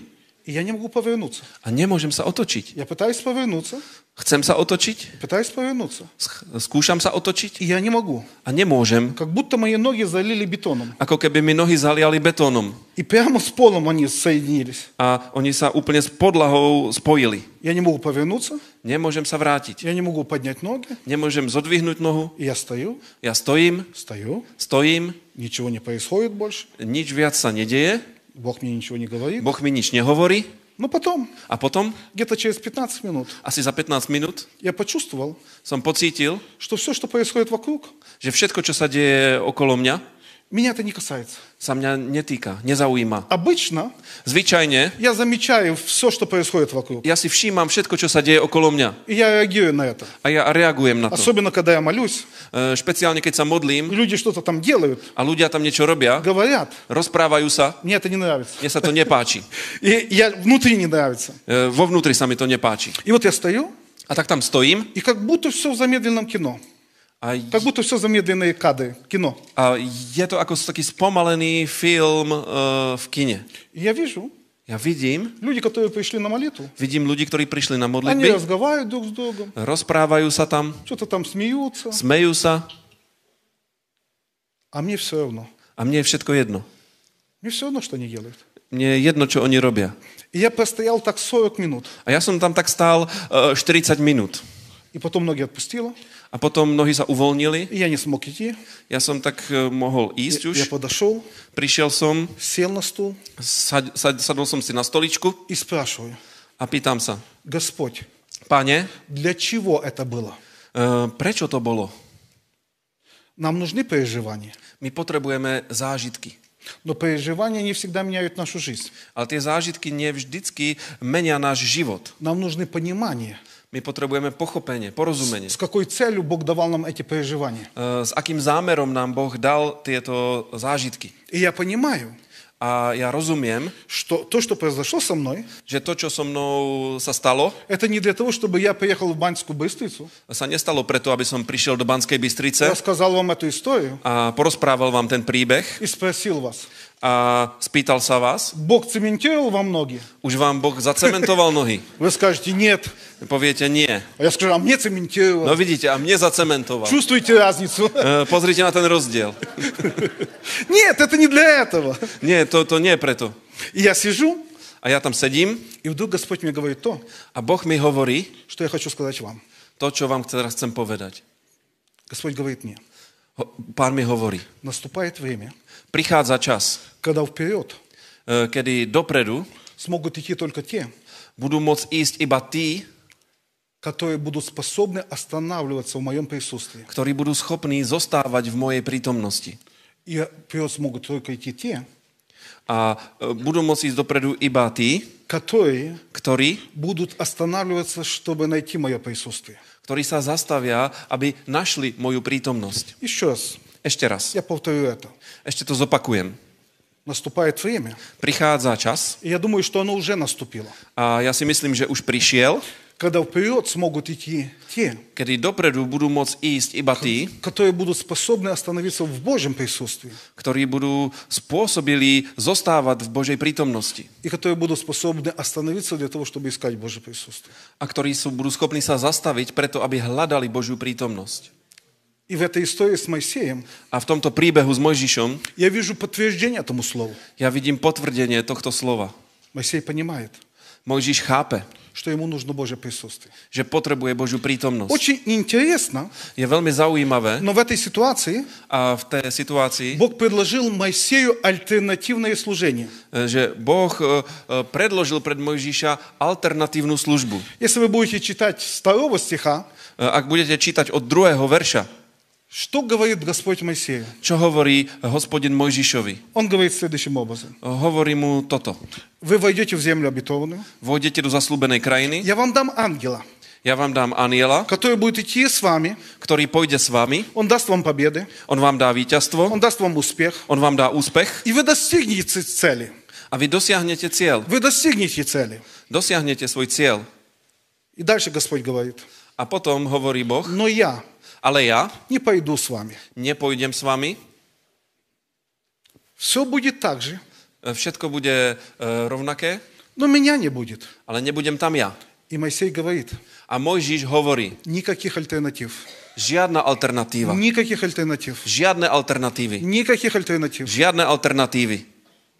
и я не могу повернуться.
a nemôžem sa otočiť.
Я пытаюсь повернуться,
Chcem sa otočiť,
пытаюсь повернуться,
sch- skúšam sa otočiť
и я не могу.
a nemôžem.
Как будто мои ноги залили бетоном.
Ako keby mi nohy zaliali betónom
И прямо с полом они соединились.
a oni sa úplne s podlahou spojili.
Я не могу повернуться,
Nemôžem sa vrátiť.
я не могу поднять ноги.
Nemôžem zodvihnúť nohu.
И я стою,
Ja stojím,
стою,
stojím,
ничего не происходит больше.
nič viac sa nedeje.
Бог мне ничего не говорит.
Boh mi nič nehovorí.
Но потом,
A potom,
где-то через 15 минут,
asi za 15 minút,
я почувствовал,
som pocítil,
что все, что происходит вокруг,
že všetko, čo sa deje okolo mňa,
меня это не касается.
sa mňa netýka, nezaujíma.
Обычно
Zvyčajne
я замечаю все, что происходит вокруг,
ja si všímam všetko, čo sa deje okolo mňa
и я реагирую на это.
a ja reagujem na to.
Особенно, когда я молюсь,
E, Špeciálne, keď sa
и
modlím
люди что-то там делают,
a ľudia tam niečo robia,
говорят,
rozprávajú sa,
мне это не нравится.
mne sa to nepáči.
И я внутри не нравится.
E, Vo vnútri sa mi to nepáči.
И вот я стою,
A tak tam stojím
и как будто все в замедленном кино.
a,
Как будто все замедленные кадры, кино.
a je to ako taký spomalený film e, v kine.
И я вижу,
Ja vidím,
люди, которые пришли на молитву,
vidím ľudí, ktorí prišli na
они
modlitby,
разговаривают друг с другом,
rozprávajú sa tam,
что-то там смеются,
smejú sa
а мне все равно.
a mne je všetko jedno.
Мне все равно, что они делают.
Mne je jedno, čo oni robia.
И я простоял так 40 минут.
A ja som tam tak stál e, 40 minút.
И потом ноги отпустила,
A potom mnohí sa uvoľnili.
и я не смог идти.
Ja som tak e, mohol ísť
Я,
už.
я подошел,
Prišiel som,
сел на стул
sad, sad, sadol som si na stoličku
и спрашиваю,
a pýtam sa,
Господь,
pane, e,
для чего это было?
prečo to bolo?
Нам нужны переживания,
My potrebujeme zážitky.
но переживания не всегда меняют нашу жизнь.
Ale tie zážitky nevždycky menia náš život.
Нам нужны понимание,
My potrebujeme pochopenie, porozumenie.
с какой целью Бог давал нам эти переживания.
E, S akým zámerom nám Boh dal tieto zážitky.
И я понимаю,
A ja rozumiem,
что то, что произошло со мной,
že to, čo so mnou sa stalo,
это не для того, чтобы я приехал в Баньскую Быстрицу,
sa nestalo preto, aby som prišiel do Banskej Bystrice
рассказал вам эту историю
a porozprával vám ten príbeh
и спросил вас,
a spýtal sa vás,
Бог цементировал вам ноги?
už vám Boh zacementoval nohy.
Вы скажете, нет.
Poviete nie.
А я скажу, а мне цементировал.
No vidíte, a mne zacementoval. E,
Чувствуете разницу?
pozrite na ten rozdiel.
Нет, это не для этого.
Nie, to, to nie je preto.
И я сижу,
A ja tam sedím
и вдруг Господь мне говорит то,
a Boh mi hovorí
что я хочу сказать вам.
to, čo vám teraz chcem povedať.
Господь говорит мне,
Ho, pán mi hovorí,
наступает время,
prichádza čas,
когда вперед
e, kedy dopredu
смогут идти только те,
budú môcť ísť iba tí,
которые будут способны останавливаться в моем присутствии.
ktorí budú schopní zostávať v mojej prítomnosti.
И вперед смогут только идти те,
A e, budú môcť ísť dopredu iba tí,
которые
ktorí,
будут останавливаться, чтобы найти мое присутствие.
ktorí sa zastavia, aby našli moju prítomnosť.
Еще раз,
Ešte raz,
я повторю это.
ešte to zopakujem.
Наступает время,
Prichádza čas
и я думаю, что оно уже наступило,
a ja si myslím, že už prišiel,
когда вперед смогут идти те,
kedy dopredu budú môcť ísť iba tí,
которые будут способны остановиться в Божьем присутствии
ktorí budú spôsobili zostávať v Božej prítomnosti
и которые будут способны остановиться для того, чтобы искать Божье присутствие.
a ktorí sú, budú schopní sa zastaviť preto, aby hľadali Božiu prítomnosť.
И в этой истории с Моисеем
A v tomto príbehu s Mojžišom
я вижу подтверждение этому слову.
ja vidím potvrdenie tohto slova.
Моисей понимает,
Mojžiš chápe,
что ему нужно Божье присутствие.
že potrebuje Božiu prítomnosť.
Очень интересно,
Je veľmi zaujímavé,
но в этой ситуации
A v tej situácii,
Бог предложил Моисею альтернативное служение.
že Boh e, e, predložil pred Mojžiša alternatívnu službu. E,
Если вы будете читать с второго стиха,
Ak budete čítať od druhého verša,
что говорит Господь Моисею?
čo hovorí hospodin Mojžišovi? Eh,
Он говорит следующим образом.
Hovorí mu toto.
Вы войдете в землю обетованную,
Vojdete do zaslúbenej krajiny,
я вам дам ангела,
ja vám dám aniela,
который будет идти с вами,
ktorý pôjde s vami,
он даст вам победы,
on vám dá víťazstvo,
он даст вам успех,
on vám dá úspech
и вы достигнете цели.
a vy dosiahnete cieľ.
Вы достигнете цели.
Dosiahnete svoj cieľ.
И дальше Господь говорит,
A potom hovorí Boh,
но я
ale ja
не пойду с вами.
nepôjdem s vami, e,
Все будет так же,
e, všetko bude e, rovnaké,
но меня не будет.
ale nebudem tam ja.
И Моисей говорит,
A Mojžiš hovorí,
никаких альтернатив,
Žiadna alternatíva.
никаких альтернатив,
Žiadne alternatívy.
никаких альтернатив.
Žiadne alternatívy.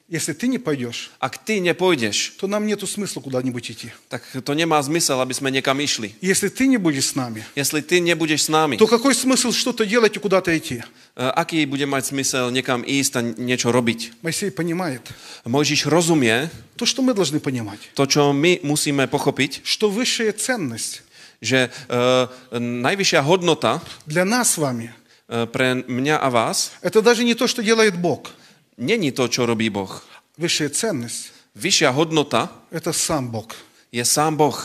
Если ты не пойдешь,
Ak ty nepôjdeš,
то нам нету смысла куда-нибудь идти.
tak to nemá zmysel, aby sme niekam išli.
Если ты не будешь с нами,
Jestli ty nebudeš s nami,
то какой смысл что-то делать и куда-то идти?
e, aký bude mať zmysel niekam ísť a niečo robiť?
Моисей понимает
Mojžiš rozumie
то, что мы должны понимать,
to, čo my musíme pochopiť,
что высшая ценность
že e, najvyššia hodnota
для нас с вами
e, pre mňa a vás
это даже не то, что делает Бог.
není to, čo robí Boh.
Высшая ценность
Vyššia hodnota
это сам Бог.
je sám Boh.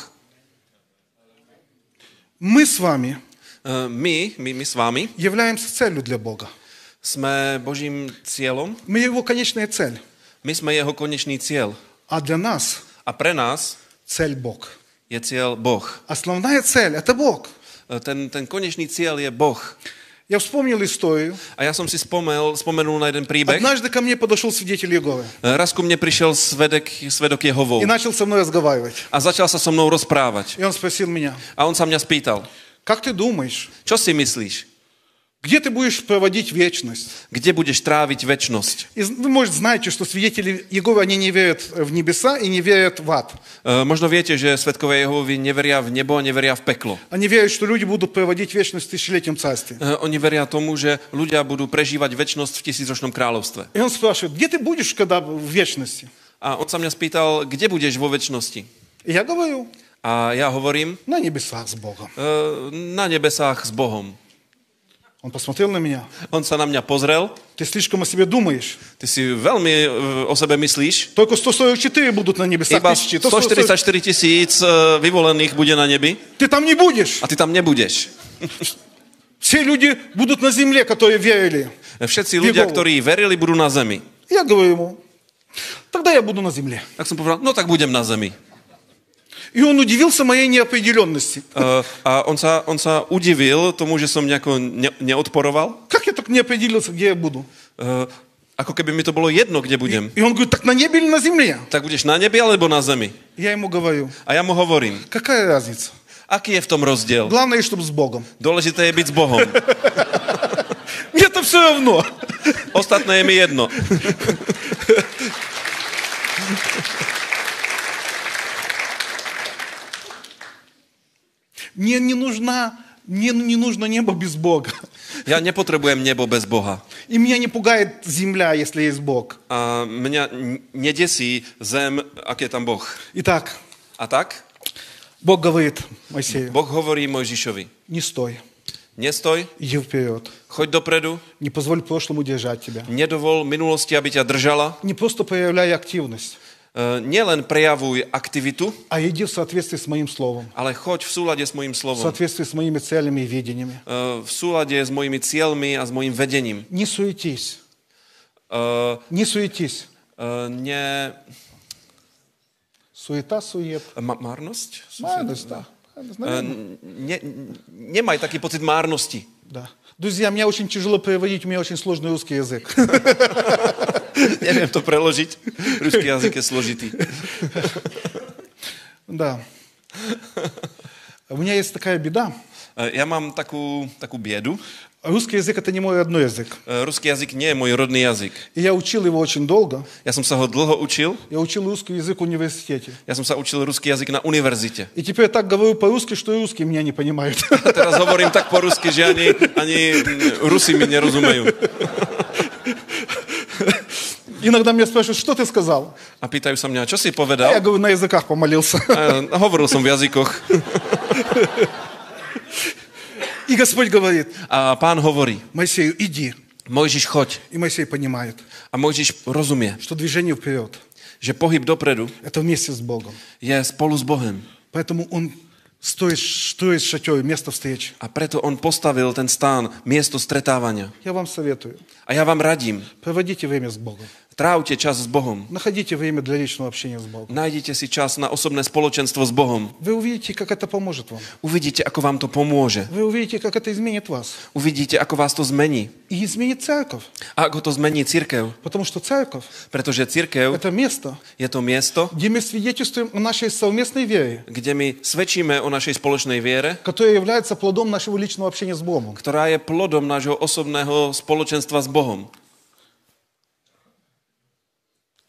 Мы с vami
E, My, my, my s vami,
являемся целью для Бога.
sme Božím cieľom,
Мы его конечная цель,
my sme jeho konečný cieľ.
а для нас
A pre nás
цель Бог.
je cieľ Boh.
Основная цель это Бог.
E, Ten, ten konečný cieľ je Boh.
Я вспомнил историю.
A ja som si spomel, spomenul na jeden príbeh. E,
Однажды ко мне подошел свидетель Иеговы
Raz ku mne prišiel svedek, svedok
и
Jehovov
начал со мной разговаривать.
a začal sa so mnou rozprávať.
И он спросил меня,
A on sa mňa spýtal,
как ты думаешь,
čo si myslíš,
где ты будешь проводить вечность?
kde budeš tráviť väčnosť?
И вы, может, знаете, что свидетели Иеговы, они не верят в небеса и не верят в ад.
E, Možno viete, že svetkovia Jehovovi neveria v nebo a neveria v peklo.
Они верят, что люди будут проводить вечность в тысячелетнем царстве.
E, Oni veria tomu, že ľudia budú prežívať väčnosť v tisícročnom kráľovstve.
И он спрашивает, где ты будешь, когда в вечности?
A on sa mňa spýtal, kde budeš vo väčšnosti?
И я говорю,
A ja hovorím,
на небесах с Богом.
e, na nebesách s Bohom.
Он посмотрел на меня.
On sa na mňa pozrel,
Ты слишком о себе думаешь.
ty si veľmi e, o sebe myslíš,
Только 144 будут на небесах
iba
тысячи. то 144.
144 tisíc e, vyvolených bude na nebi
Ты там не будешь.
a ty tam nebudeš.
Все люди будут на земле, которые верили.
Všetci ľudia, ktorí verili, budú na zemi.
Я говорю ему, тогда я буду на земле.
Tak som povedal, no tak budem na zemi.
И он удивился моей неопределенности.
Uh, a on sa, on sa udivil tomu, že som nejako ne, neodporoval.
Как я так не определился, где я буду?
Uh, ako keby mi to bolo jedno, kde budem.
И он говорит, так на небе или на земле?
Tak budeš na nebi alebo na zemi?
Я ему говорю,
A ja mu hovorím,
какая разница?
aký je v tom rozdiel?
Главное, чтобы с Богом.
Dôležité je byť s Bohom.
Мне это все равно.
Ostatné je mi jedno.
Мне не нужна мне не нужно небо без Бога.
Ja nepotrebujem nebo bez Boha.
И меня не пугает земля, если есть Бог.
A mňa n- nedesí zem, ak je tam Boh.
Итак,
A tak?
Бог говорит Моисею,
Boh hovorí Mojžišovi,
не стой,
nestoj,
иди вперед.
choď dopredu,
Не позволь прошлому держать тебя.
nedovol minulosti, aby ťa držala.
Не просто проявляй активность,
E, Nielen prejavuj aktivitu,
а иди в соответствии с моим словом,
ale choď v súlade s mojim
в
slovom.
соответствии с моими целями и видениями.
v súlade s mojimi cieľmi a s mojim vedením. E,
Не суетись,
Uh,
не суетись.
uh, ne...
Суета, сует.
Ma- márnosť?
Мадость, да.
Uh,
Наверное,
ne, nemaj taký pocit márnosti.
да. Друзья, мне очень тяжело переводить, у меня очень сложный русский язык.
Neviem to preložiť. Ruský jazyk je složitý. E,
Да. У меня есть такая беда.
Uh, ja mám takú, takú biedu.
Русский язык это не мой родной языk.
Uh, ruský jazyk nie je môj rodný jazyk.
И я учил его очень долго.
Ja som sa ho dlho učil.
Я учил русский язык в университете.
Ja som sa učil ruský jazyk na univerzite.
И теперь так говорю по-русски, что и русские меня не понимают.
A teraz hovorím tak po rusky, že ani, ani mm, Rusi mi nerozumejú.
Иногда меня спрашивают, что ты сказал?
A pýtajú sa mňa, čo
А я
si povedal?
говорю, на языках помолился.
Uh, hovoril som v jazykoch.
И Господь говорит,
A pán hovorí,
Моисею, иди.
Mojžiš, choď.
И Моисей понимает,
A Mojžiš rozumie,
что движение вперед
že pohyb dopredu
– это вместе с Богом.
je spolu s Bohem.
Поэтому он стоит, стоит шатер, место встречи.
A preto on postavil ten stán, miesto stretávania.
Я вам советую,
A ja vám radím,
проводите время с Богом.
trávte čas s Bohom.
Находите время для личного общения с Богом.
Nájdite si čas na osobné spoločenstvo s Bohom.
Вы увидите, как это поможет вам.
Uvidíte, ako vám to pomôže.
Вы увидите, как это изменит вас.
Uvidíte, ako vás to zmení.
И изменит церковь.
A ako to zmení církev.
Потому что церковь
Pretože
–
církev
это место,
je to miesto,
где мы свидетельствуем о нашей совместной вере,
kde my svedčíme o našej spoločnej viere,
которая является плодом нашего личного общения с Богом.
ktorá je plodom nášho osobného spoločenstva s Bohom.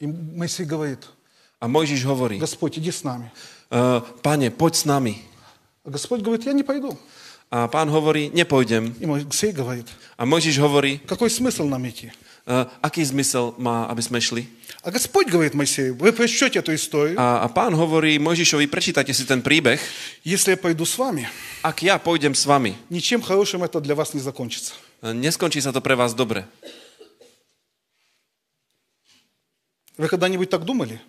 И Моисей говорит,
A Mojžiš hovorí, e,
Господь, иди с нами.
pane, poď s nami.
А Господь говорит, я не пойду.
A pán hovorí, nepôjdem.
И Моисей говорит,
A Mojžiš hovorí,
какой смысл нам идти?
e, aký zmysel má, aby sme šli?
А Господь говорит Моисею, вы прочтете эту историю,
A, a pán hovorí Mojžišovi, prečítajte si ten príbeh.
если я пойду с вами,
Ak ja pôjdem s vami,
ничем хорошим это для вас не закончится.
e, neskončí sa to pre vás dobre. E,
Вы когда-нибудь так думали?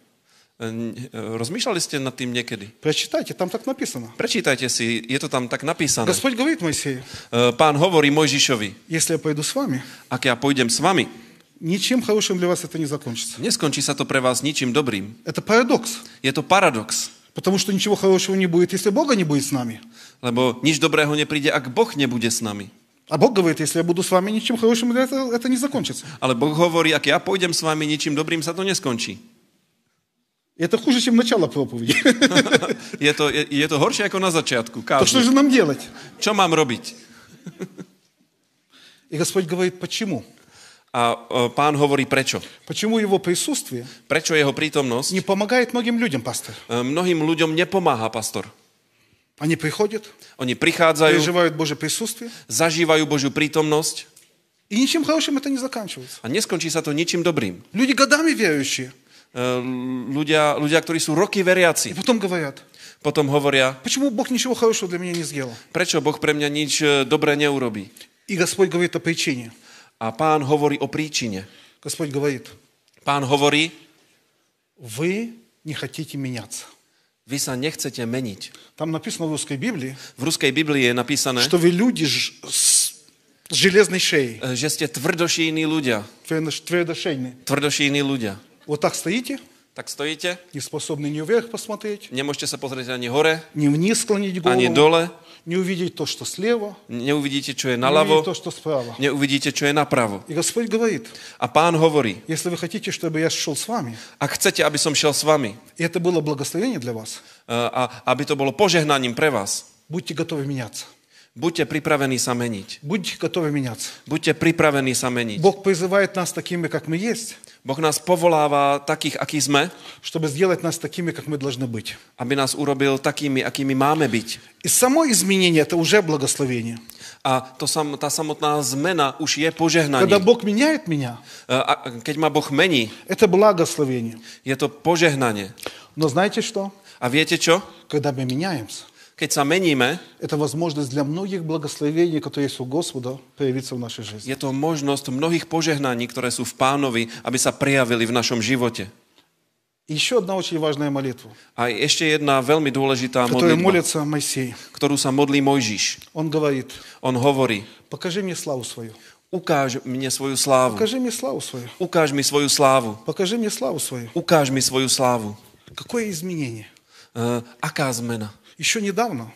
E, n- e, Rozmýšľali ste nad tým niekedy?
Прочитайте, там так написано.
Prečítajte si, je to tam tak napísané. E,
Господь говорит Моисею,
Pán hovorí Mojžišovi,
если я пойду с вами,
ak ja pôjdem s vami,
ничем хорошим для вас это не закончится.
neskončí sa to pre vás ničím dobrým.
Это парадокс,
Je to paradox,
потому что ничего хорошего не будет, если Бога не будет с нами.
lebo nič dobrého nepríde, ak Boh nebude s nami.
А Бог говорит, если я буду с вами, ничем хорошим для этого это не закончится.
Ale Boh hovorí, ak ja pôjdem s vami, ničím dobrým sa to neskončí.
И это хуже, чем начало проповеди.
Je to, je, je to horšie ako na začiatku.
Так что же
Kážu.
нам делать?
Čo mám robiť?
И Господь говорит, почему?
A e, pán hovorí prečo.
Почему его присутствие
Prečo jeho prítomnosť
не помогает многим людям, пастор?
e, mnohým ľuďom nepomáha, pastor.
Они приходят,
Oni prichádzajú,
переживают Божье присутствие,
zažívajú Božiu prítomnosť
и ничем хорошим это не заканчивается.
a neskončí sa to ničím dobrým.
Люди годами верующие,
E, Ľudia, ľudia ktorí sú
и
roky veriaci,
потом говорят,
potom hovoria,
почему Бог ничего хорошего для меня не сделал?
prečo Boh pre mňa nič e, dobré neurobí.
И Господь говорит о причине.
A pán hovorí o príčine.
Господь говорит,
Pán hovorí,
вы не хотите меняться.
vy sa nechcete meniť.
Там написано в русской Библии,
V ruskej Biblii je napísané,
что вы люди ж- с с железной шеей,
e, že ste tvrdošíjní ľudia.
твердо- твердошейные.
Tvrdošíjní ľudia.
Вот так стоите,
Tak stojíte,
не способны ни вверх посмотреть,
nemôžete sa pozrieť ani hore,
ни вниз склонить
ani
голову,
dole,
не увидеть то, что слева,
neuvidíte, čo je
не увидеть то,
naľavo,
что справа.
neuvidíte, čo je napravo.
И Господь говорит,
A pán hovorí,
если вы хотите, чтобы я шел с вами,
ak chcete, aby som šiel s vami
и это было благословение для вас,
e, a aby to bolo požehnaním pre vás,
будьте готовы меняться.
buďte pripravení sa meniť.
Будьте готовы меняться.
Buďte pripravení sa meniť.
Бог призывает нас такими, как мы есть,
Boh nás povoláva takých, akí sme,
чтобы сделать нас такими, как мы должны быть.
aby nás urobil takými, akými máme byť.
И само изменение – это уже благословение.
A to sam, tá samotná zmena už je
Когда
požehnaním. E,
Бог меняет меня,
A, a keď ma Boh mení,
это благословение.
je to požehnanie.
Но знаете что?
A viete čo?
Когда мы меняемся,
Keď sa meníme,
это возможность для многих благословений, которые есть у Господа, появиться в нашей жизни.
je to možnosť mnohých požehnaní, ktoré sú v pánovi, aby sa prijavili v našom živote.
И Еще одна очень важная молитва,
A ešte jedna veľmi dôležitá
которую
modlitba,
молится Моисей.
ktorú sa modlí Mojžiš.
Он говорит,
On hovorí,
покажи мне славу свою,
ukáž mne svoju slávu,
покажи мне славу свою,
ukáž mi svoju slávu,
покажи мне славу свою.
ukáž mi svoju slávu.
Какое изменение?
E, aká zmena?
Еще недавно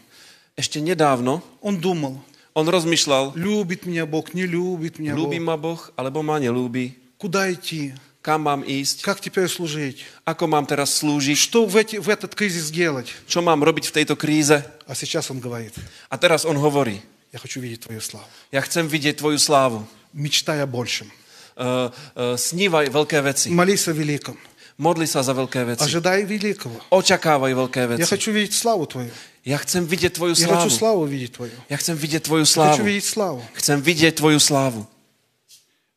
Ešte nedávno
он думал,
on rozmýšľal,
любит меня Бог, не любит меня
ľúbi
Бог,
ma Boh, alebo ma nelúbi,
куда идти,
kam mám ísť,
как теперь служить,
ako mám teraz slúžiť,
что в, эти, в этот кризис делать.
čo mám robiť v tejto kríze.
А сейчас он говорит,
A teraz on hovorí,
я хочу видеть твою славу,
ja chcem vidieť tvoju slávu.
мечтай о большем,
E, e, snívaj veľké veci.
молись о великом,
Modli sa za veľké veci.
ожидай великого.
Očakávaj veľké
Я
veci.
хочу видеть славу твою,
Ja chcem vidieť tvoju
я хочу славу
slávu.
видеть твою,
Ja chcem vidieť tvoju
я хочу
slávu.
видеть славу.
Chcem vidieť tvoju slávu.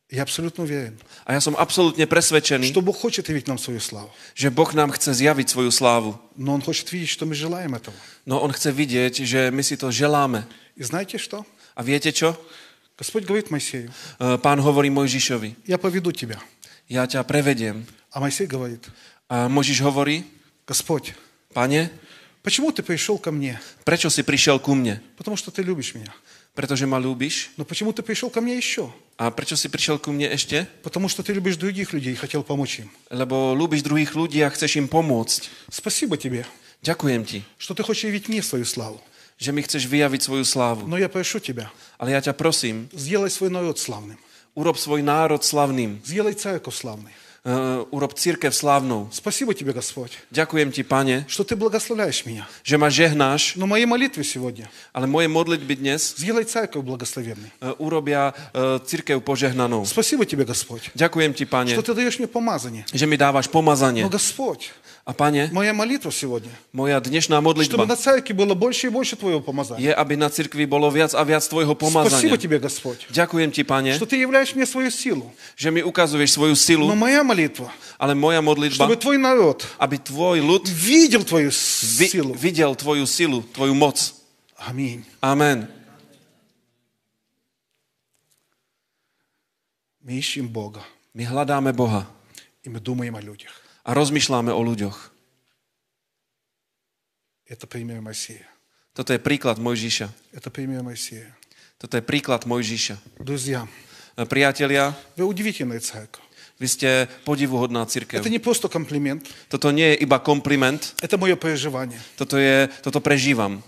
Я абсолютно уверен,
A ja som absolútne presvedčený,
что Бог хочет явить нам свою славу,
že Boh nám chce zjaviť svoju slávu.
но Он хочет видеть, что мы желаем этого.
No on chce vidieť, že my si to želáme.
И знаете что?
A viete čo?
Господь говорит Моисею,
E, Pán hovorí Mojžišovi,
я поведу тебя.
ja ťa prevediem.
А Моисей говорит,
A Mojžiš hovorí,
Господь,
pane,
почему ты пришел ко мне?
prečo si prišiel ku mne?
Потому что ты любишь меня.
Pretože ma ľúbiš?
Но почему ты пришел ко мне еще?
A prečo si prišiel ku mne ešte?
Потому что ты любишь других людей и хотел помочь им.
Lebo ľúbiš druhých ľudí a chceš im pomôcť.
Спасибо тебе,
Ďakujem ti,
что ты хочешь явить мне свою славу.
že mi chceš vyjaviť svoju slávu.
Но я прошу тебя,
Ale ja ťa prosím,
сделай свой народ славным,
urob svoj národ slavným,
сделай церковь славной,
eh, urob církev slávnou.
Спасибо тебе, Господь,
Ďakujem ti, pane,
что ты благословляешь меня.
že ma žehnáš,
Но мои молитвы сегодня
ale moje modlitby dnes
сделай церковь благословенной.
eh, urobia eh, církev požehnanou.
Спасибо тебе, Господь,
Ďakujem ti, pane,
что ты даешь мне помазание.
že mi dávaš
Но,
pomazanie.
Господь,
A pane,
моя молитва сегодня,
moja
чтобы
dnešná modlitba
на церкви было больше и больше твоего помазания.
je, aby na cirkvi bolo viac a viac tvojho
Спасибо
pomazania.
тебе, Господь,
Ďakujem ti, pane,
что ты являешь мне свою силу.
že mi ukazuješ svoju silu,
Но моя молитва,
ale moja
чтобы
modlitba,
твой народ
aby tvoj ľud
видел твою с-
vi-
силу.
videl tvoju silu, tvoju moc.
Аминь.
Amen.
Мы ищем Бога,
My hľadáme Boha
и мы думаем о людях.
a rozmýšľame o ľuďoch.
Это пример Моисея.
Toto je príklad Mojžiša.
Это пример Моисея.
Toto je príklad Mojžiša.
Друзья,
Priatelia,
вы удивительная церковь.
vy ste podivuhodná
Это
církev.
не просто комплимент,
Toto nie je iba kompliment,
это мое переживание.
toto, je, toto prežívam.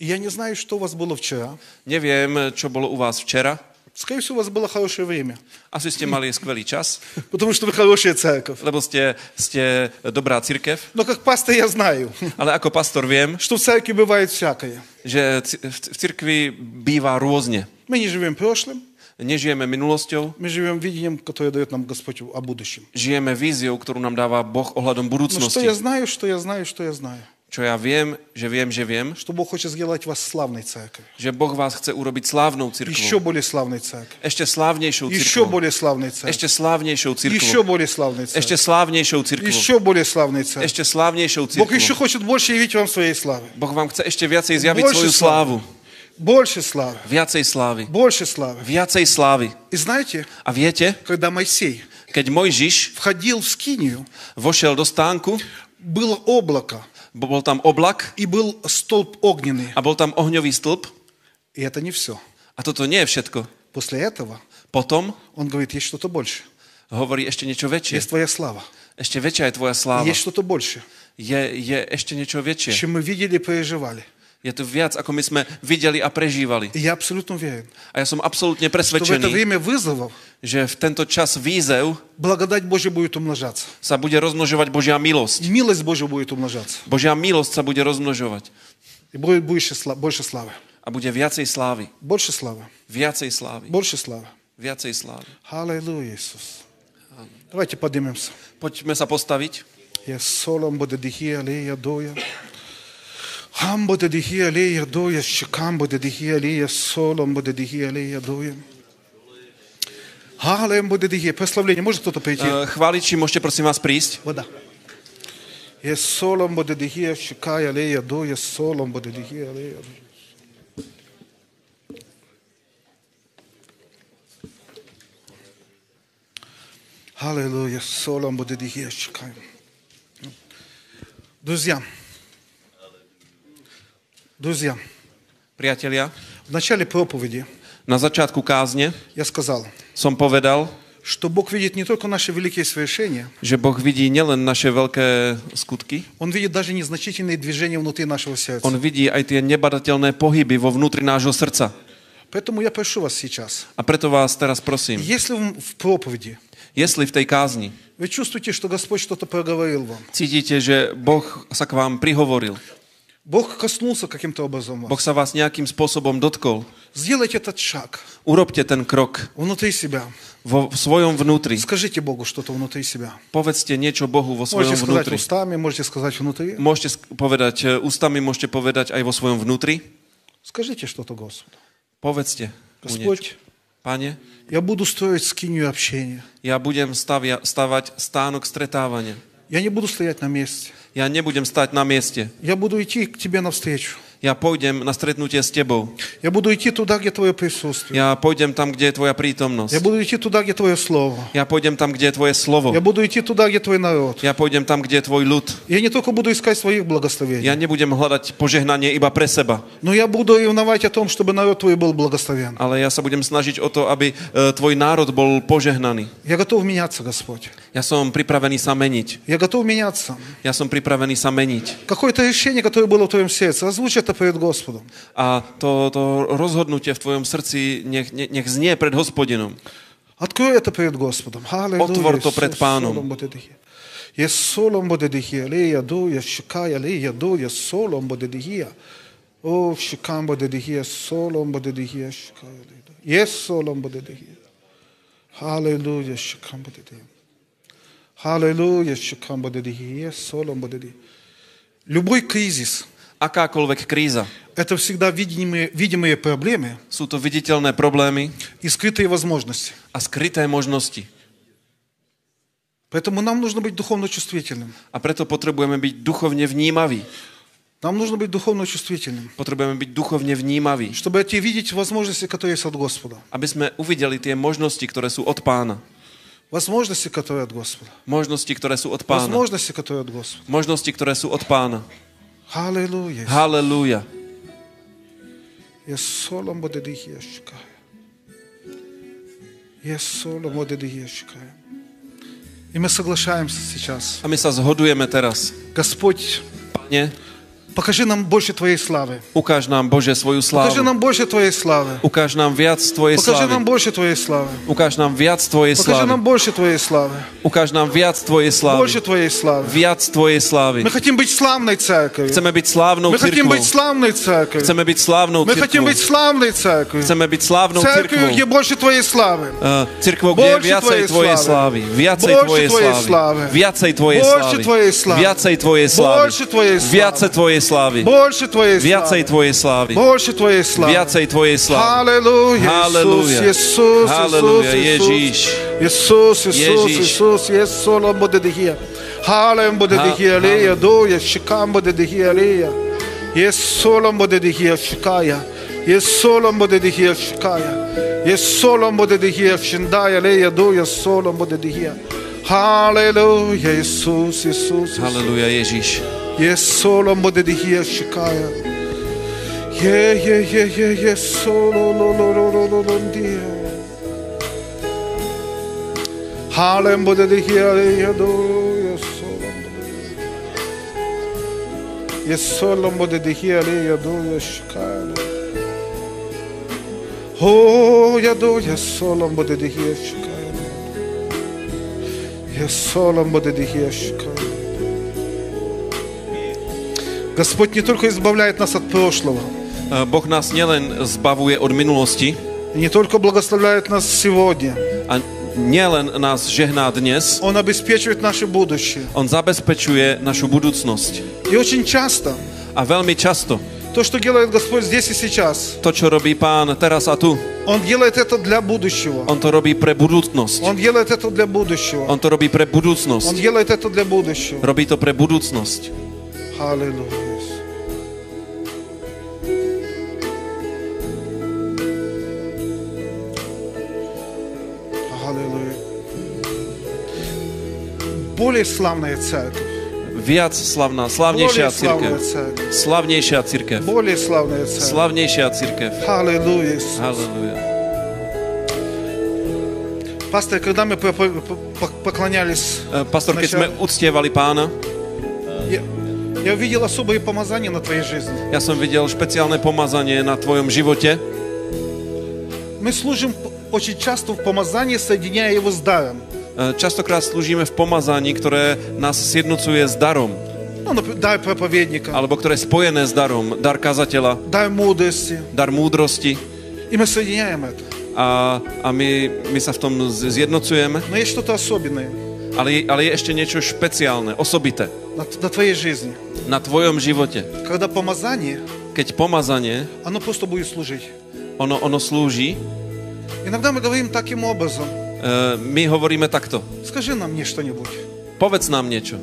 И я не знаю, что у вас было вчера.
Neviem, čo bolo u vás včera.
Скорее всего, у вас было хорошее время,
Asi ste mali skvelý čas,
потому что вы хорошая церковь.
lebo ste, ste dobrá církev.
Но как пастор я знаю,
Ale ako pastor viem,
что в церкви бывает всякое.
že ci- v cirkvi býva rôzne.
Мы не живем прошлым,
Nežijeme minulosťou,
мы живем видением, которое дает нам Господь о будущем.
žijeme víziou, ktorú nám dáva Boh ohľadom
Но что я
budúcnosti.
знаю, что я знаю, что я знаю,
Čo ja viem, že viem, že viem,
что Бог хочет сделать вас славной церковью.
že Boh vás chce urobiť slávnou
Еще
cirkvou.
более славной церковью.
Ešte slávnejšou
Еще
cirkvou.
более славной церковью.
Ešte slávnejšou
Еще
cirkvou.
более славной
Ešte
церковью.
slávnejšou cirkvou.
Еще более славной церковью.
Ešte slávnejšou
Бог еще
cirkvou.
хочет больше явить вам своей славы.
Boh vám chce ešte viacej zjaviť
Больше
svoju
славы.
slávu.
Больше славы.
Viacej slávy.
Больше славы.
Viacej slávy.
И знаете,
A viete,
когда Моисей
keď Mojžiš
входил в Скинию,
vošiel do stánku,
было облако
bo- bol tam oblak
и был столб огненный.
a bol tam ohňový stĺp.
И это не все.
A toto nie je všetko.
После этого
Potom
он говорит, есть что-то больше.
hovorí ešte niečo
Есть
väčšie.
твоя слава.
Ešte väčšia je tvoja
И
sláva.
Есть что-то больше,
Je, je ešte niečo väčšie.
чем мы видели и переживали.
Je to viac, ako my sme videli a prežívali.
И я абсолютно уверен,
A ja som absolútne
что в это
presvedčený,
время вызовов
že v tento čas výzev
благодать Божья будет умножаться.
sa bude rozmnožovať Božia milosť.
И милость Божья будет умножаться.
Božia milosť sa bude rozmnožovať.
И будет больше, сла- больше славы.
A bude viacej slávy.
Больше славы.
Viacej slávy.
Больше славы.
Viacej slávy.
Аллилуйя, Иисус. Давайте поднимемся.
Poďme sa postaviť.
Я солом буде дихі, алея доя. Хам буде дихі, алея доя. Щекам буде дихі, алея солом буде дихі, алея доя. Галем буде дихі. Прославлення. Може хтось прийти?
Eh, Chváliči, môžete prosím vás prísť.
Вода. Є солом буде дихія, щекає, але я до, є солом буде дихія, але я до. Аллилуйя, солом буде дихія, щекає. Друзья, друзья,
Priatelia,
в начале проповеди
na začiatku kázne
я сказал,
som povedal,
что Бог видит не только наши великие совершения,
že Boh vidí nielen naše veľké skutky,
Он видит даже незначительные движения внутри нашего сердца.
on vidí aj tie nebadateľné pohyby vo vnútri nášho srdca.
Поэтому я прошу вас сейчас,
A preto vás teraz prosím,
если в в проповеди
jestli v tej kázni
вы чувствуете, что Господь что-то проговорил вам,
cítite, že Boh sa k vám prihovoril,
Бог коснулся каким-то образом вас,
Boh sa vás nejakým spôsobom dotkol,
сделайте этот шаг
urobte ten krok
внутри себя.
vo v svojom vnútri.
Скажите Богу что-то внутри себя.
Povedzte niečo Bohu vo svojom
Можете сказать
vnútri.
устами, можете сказать внутри.
Môžete sk- povedať eh, ústami, môžete povedať aj vo svojom vnútri.
Скажите что-то Господу.
Povedzte mu niečo.
Господь,
Pane,
я буду строить скинию общения.
ja budem stavia, stavať stánok stretávania.
Я не буду стоять на месте.
Ja nebudem stať na mieste.
Я буду идти к тебе навстречу.
Ja pôjdem na stretnutie s tebou.
Я буду идти туда, где твое присутствие.
Ja pôjdem tam, kde je
Я
tvoja prítomnosť.
буду идти туда, где твое слово.
Ja pôjdem tam, kde je tvoje slovo.
Я буду идти туда, где твой народ.
Ja pôjdem tam, kde je tvoj ľud.
Я не только буду искать своих благословений.
Ja nebudem hľadať požehnanie iba pre seba,
Но я буду ревновать о том, чтобы народ твой был благословен.
ale ja sa budem snažiť o to, aby e, tvoj národ bol požehnaný.
Я готов меняться, Господь.
Ja som pripravený sa meniť.
Я готов меняться.
Ja som pripravený sa meniť.
Какое-то решение, которое было в твоем сердце, озвучь это перед Господом.
A to, to rozhodnutie v tvojom srdci nech, ne- nech znie pred hospodinom.
Открой это перед Господом. Аллилуйя.
Отвор то пред
Ісус,
Паном.
солом буде дихі. Є солом буде дихі, алія дує, шукай, алія дує, солом буде дихі. О, шукам буде дихі, солом буде дихі, шукай, алія дує. Є солом буде дихі. Аллилуйя, шукам буде дихі. Аллилуйя, шукам буде дихі, є солом буде дихі. Любой кризис
Akákoľvek kríza,
– это всегда видимые, видимые проблемы
sú to viditeľné problémy
и скрытые возможности.
a skryté možnosti.
Поэтому нам нужно быть духовно чувствительным.
A preto potrebujeme byť duchovne vnímaví.
Нам нужно быть духовно чувствительным,
Potrebujeme byť duchovne vnímaví,
чтобы эти видеть возможности, которые есть от Господа.
aby sme uvideli tie možnosti, ktoré sú od pána.
Возможности, которые от Господа.
Možnosti, ktoré sú od pána.
Возможности, которые от Господа.
Možnosti, ktoré sú od pána.
Аллилуйя.
Halelúja.
Я солом буде дихія шукаю. Я солом буде дихія шукаю. И мы соглашаемся сейчас.
A my sa zhodujeme teraz.
Господь,
Pane,
покажи нам больше Твоей славы.
ukáž nám Bože svoju
Покажи
slávu.
нам больше Твоей славы.
Ukáž nám viac Tvojej
Покажи нам
slávy.
больше Твоей славы.
Ukáž nám viac Tvojej
Покажи нам
slávy.
больше Твоей славы.
Ukáž nám viac Tvojej slávy.
Больше Твоей славы.
Viac Tvojej slávy.
Мы хотим быть славной церковью.
Chceme byť slávnou
Мы хотим
cirkvou.
быть славной церковью.
Chceme byť slávnou
Мы хотим
cirkvou.
быть славной церковью.
Chceme byť slávnou
Церковью,
cirkvou.
где больше Твоей славы.
Eh, Cirkvou, kde je
Bože
viacej
tvojej
Tvojej
slávy.
slávy. Viacej
Bože
Tvojej
tvojej slávy.
slávy. Viacej Tvojej
Bože
slávy.
tvojej slávy.
Viacej Tvojej slávy.
Bože tvojej slávy.
Viacej Tvojej slávy.
Больше Твоей
Viacej
славы.
Tvojej slávy.
Больше Твоей славы.
Viacej Tvojej slávy.
Аллилуйя, Иисус,
Halleluja.
Иисус,
Halleluja,
Иисус,
Ježíš.
Иисус, Иисус,
Ježíš.
Иисус, Иисус, Солом буде дихія. Халем буде
Ha-
дихія, алія, дує, шикам буде дихія, алія. Єсолом буде дихія, шикая. Єсолом буде дихія, шикая. Єсолом буде дихія, вшиндая, алія, дує, солом буде дихія. Халелуя, Ісус, Ісус, Ісус.
Halelúja Ježiš.
Yes, solo mode de here Shikaya. Yeah, yeah, yeah, yeah, yeah, solo lo lo lo lo lo lo dear. Harlem mode de here, yeah, do, yes, solo. Yes, solo mode de here, yeah, do, yes, Shikaya. Oh, yeah, do, yes, solo mode de here, Shikaya. Yes, solo mode de here, Shikaya. Господь не только избавляет нас от прошлого,
Eh, Boh nás nielen zbavuje od minulosti,
и не только благословляет нас сегодня,
a nielen nás žehná dnes,
Он обеспечивает наше будущее.
On zabezpečuje našu budúcnosť.
И очень часто
A veľmi často
то, что делает Господь здесь и сейчас,
to, čo robí Pán teraz a tu,
Он делает это для будущего.
On to robí pre budúcnosť.
Он делает это для будущего.
On to robí pre
Он
budúcnosť.
делает это для будущего.
Robí to pre budúcnosť.
Аллилуйя. Аллилуйя. Более славная церковь.
Viac slavná,
Более
slavnejšia
славная
církev.
церковь.
Slavnejšia církev.
Более славная церковь.
Slavnejšia E, církev.
Аллилуйя. Иисус.
А. Halelúja.
Пастор, когда мы по- по- по- поклонялись,
Eh, Pastor, keď sme uctievali pána,
я, я увидел особые помазания на твоей жизни.
ja som videl špeciálne pomazanie na tvojom živote. E,
Мы служим п- очень часто в помазании, соединяя его с даром.
Eh, Častokrát slúžime v pomazaní, ktoré nás sjednocuje s darom,
Ну, например, дар проповедника,
alebo ktoré je spojené s darom, dar kazateľa,
дар мудрости.
dar múdrosti
И мы соединяем это.
a, a my, my sa v tom z- zjednocujeme.
Но есть что-то особенное
Ale, ale je ešte niečo špeciálne, osobité
на, т- на твоей жизни.
na tvojom živote.
Когда помазание,
Keď pomazanie,
оно просто будет служить.
ono, ono slúži, e,
Иногда мы говорим таким образом.
eh, my hovoríme takto.
Скажи нам мне что-нибудь.
Povedz nám niečo.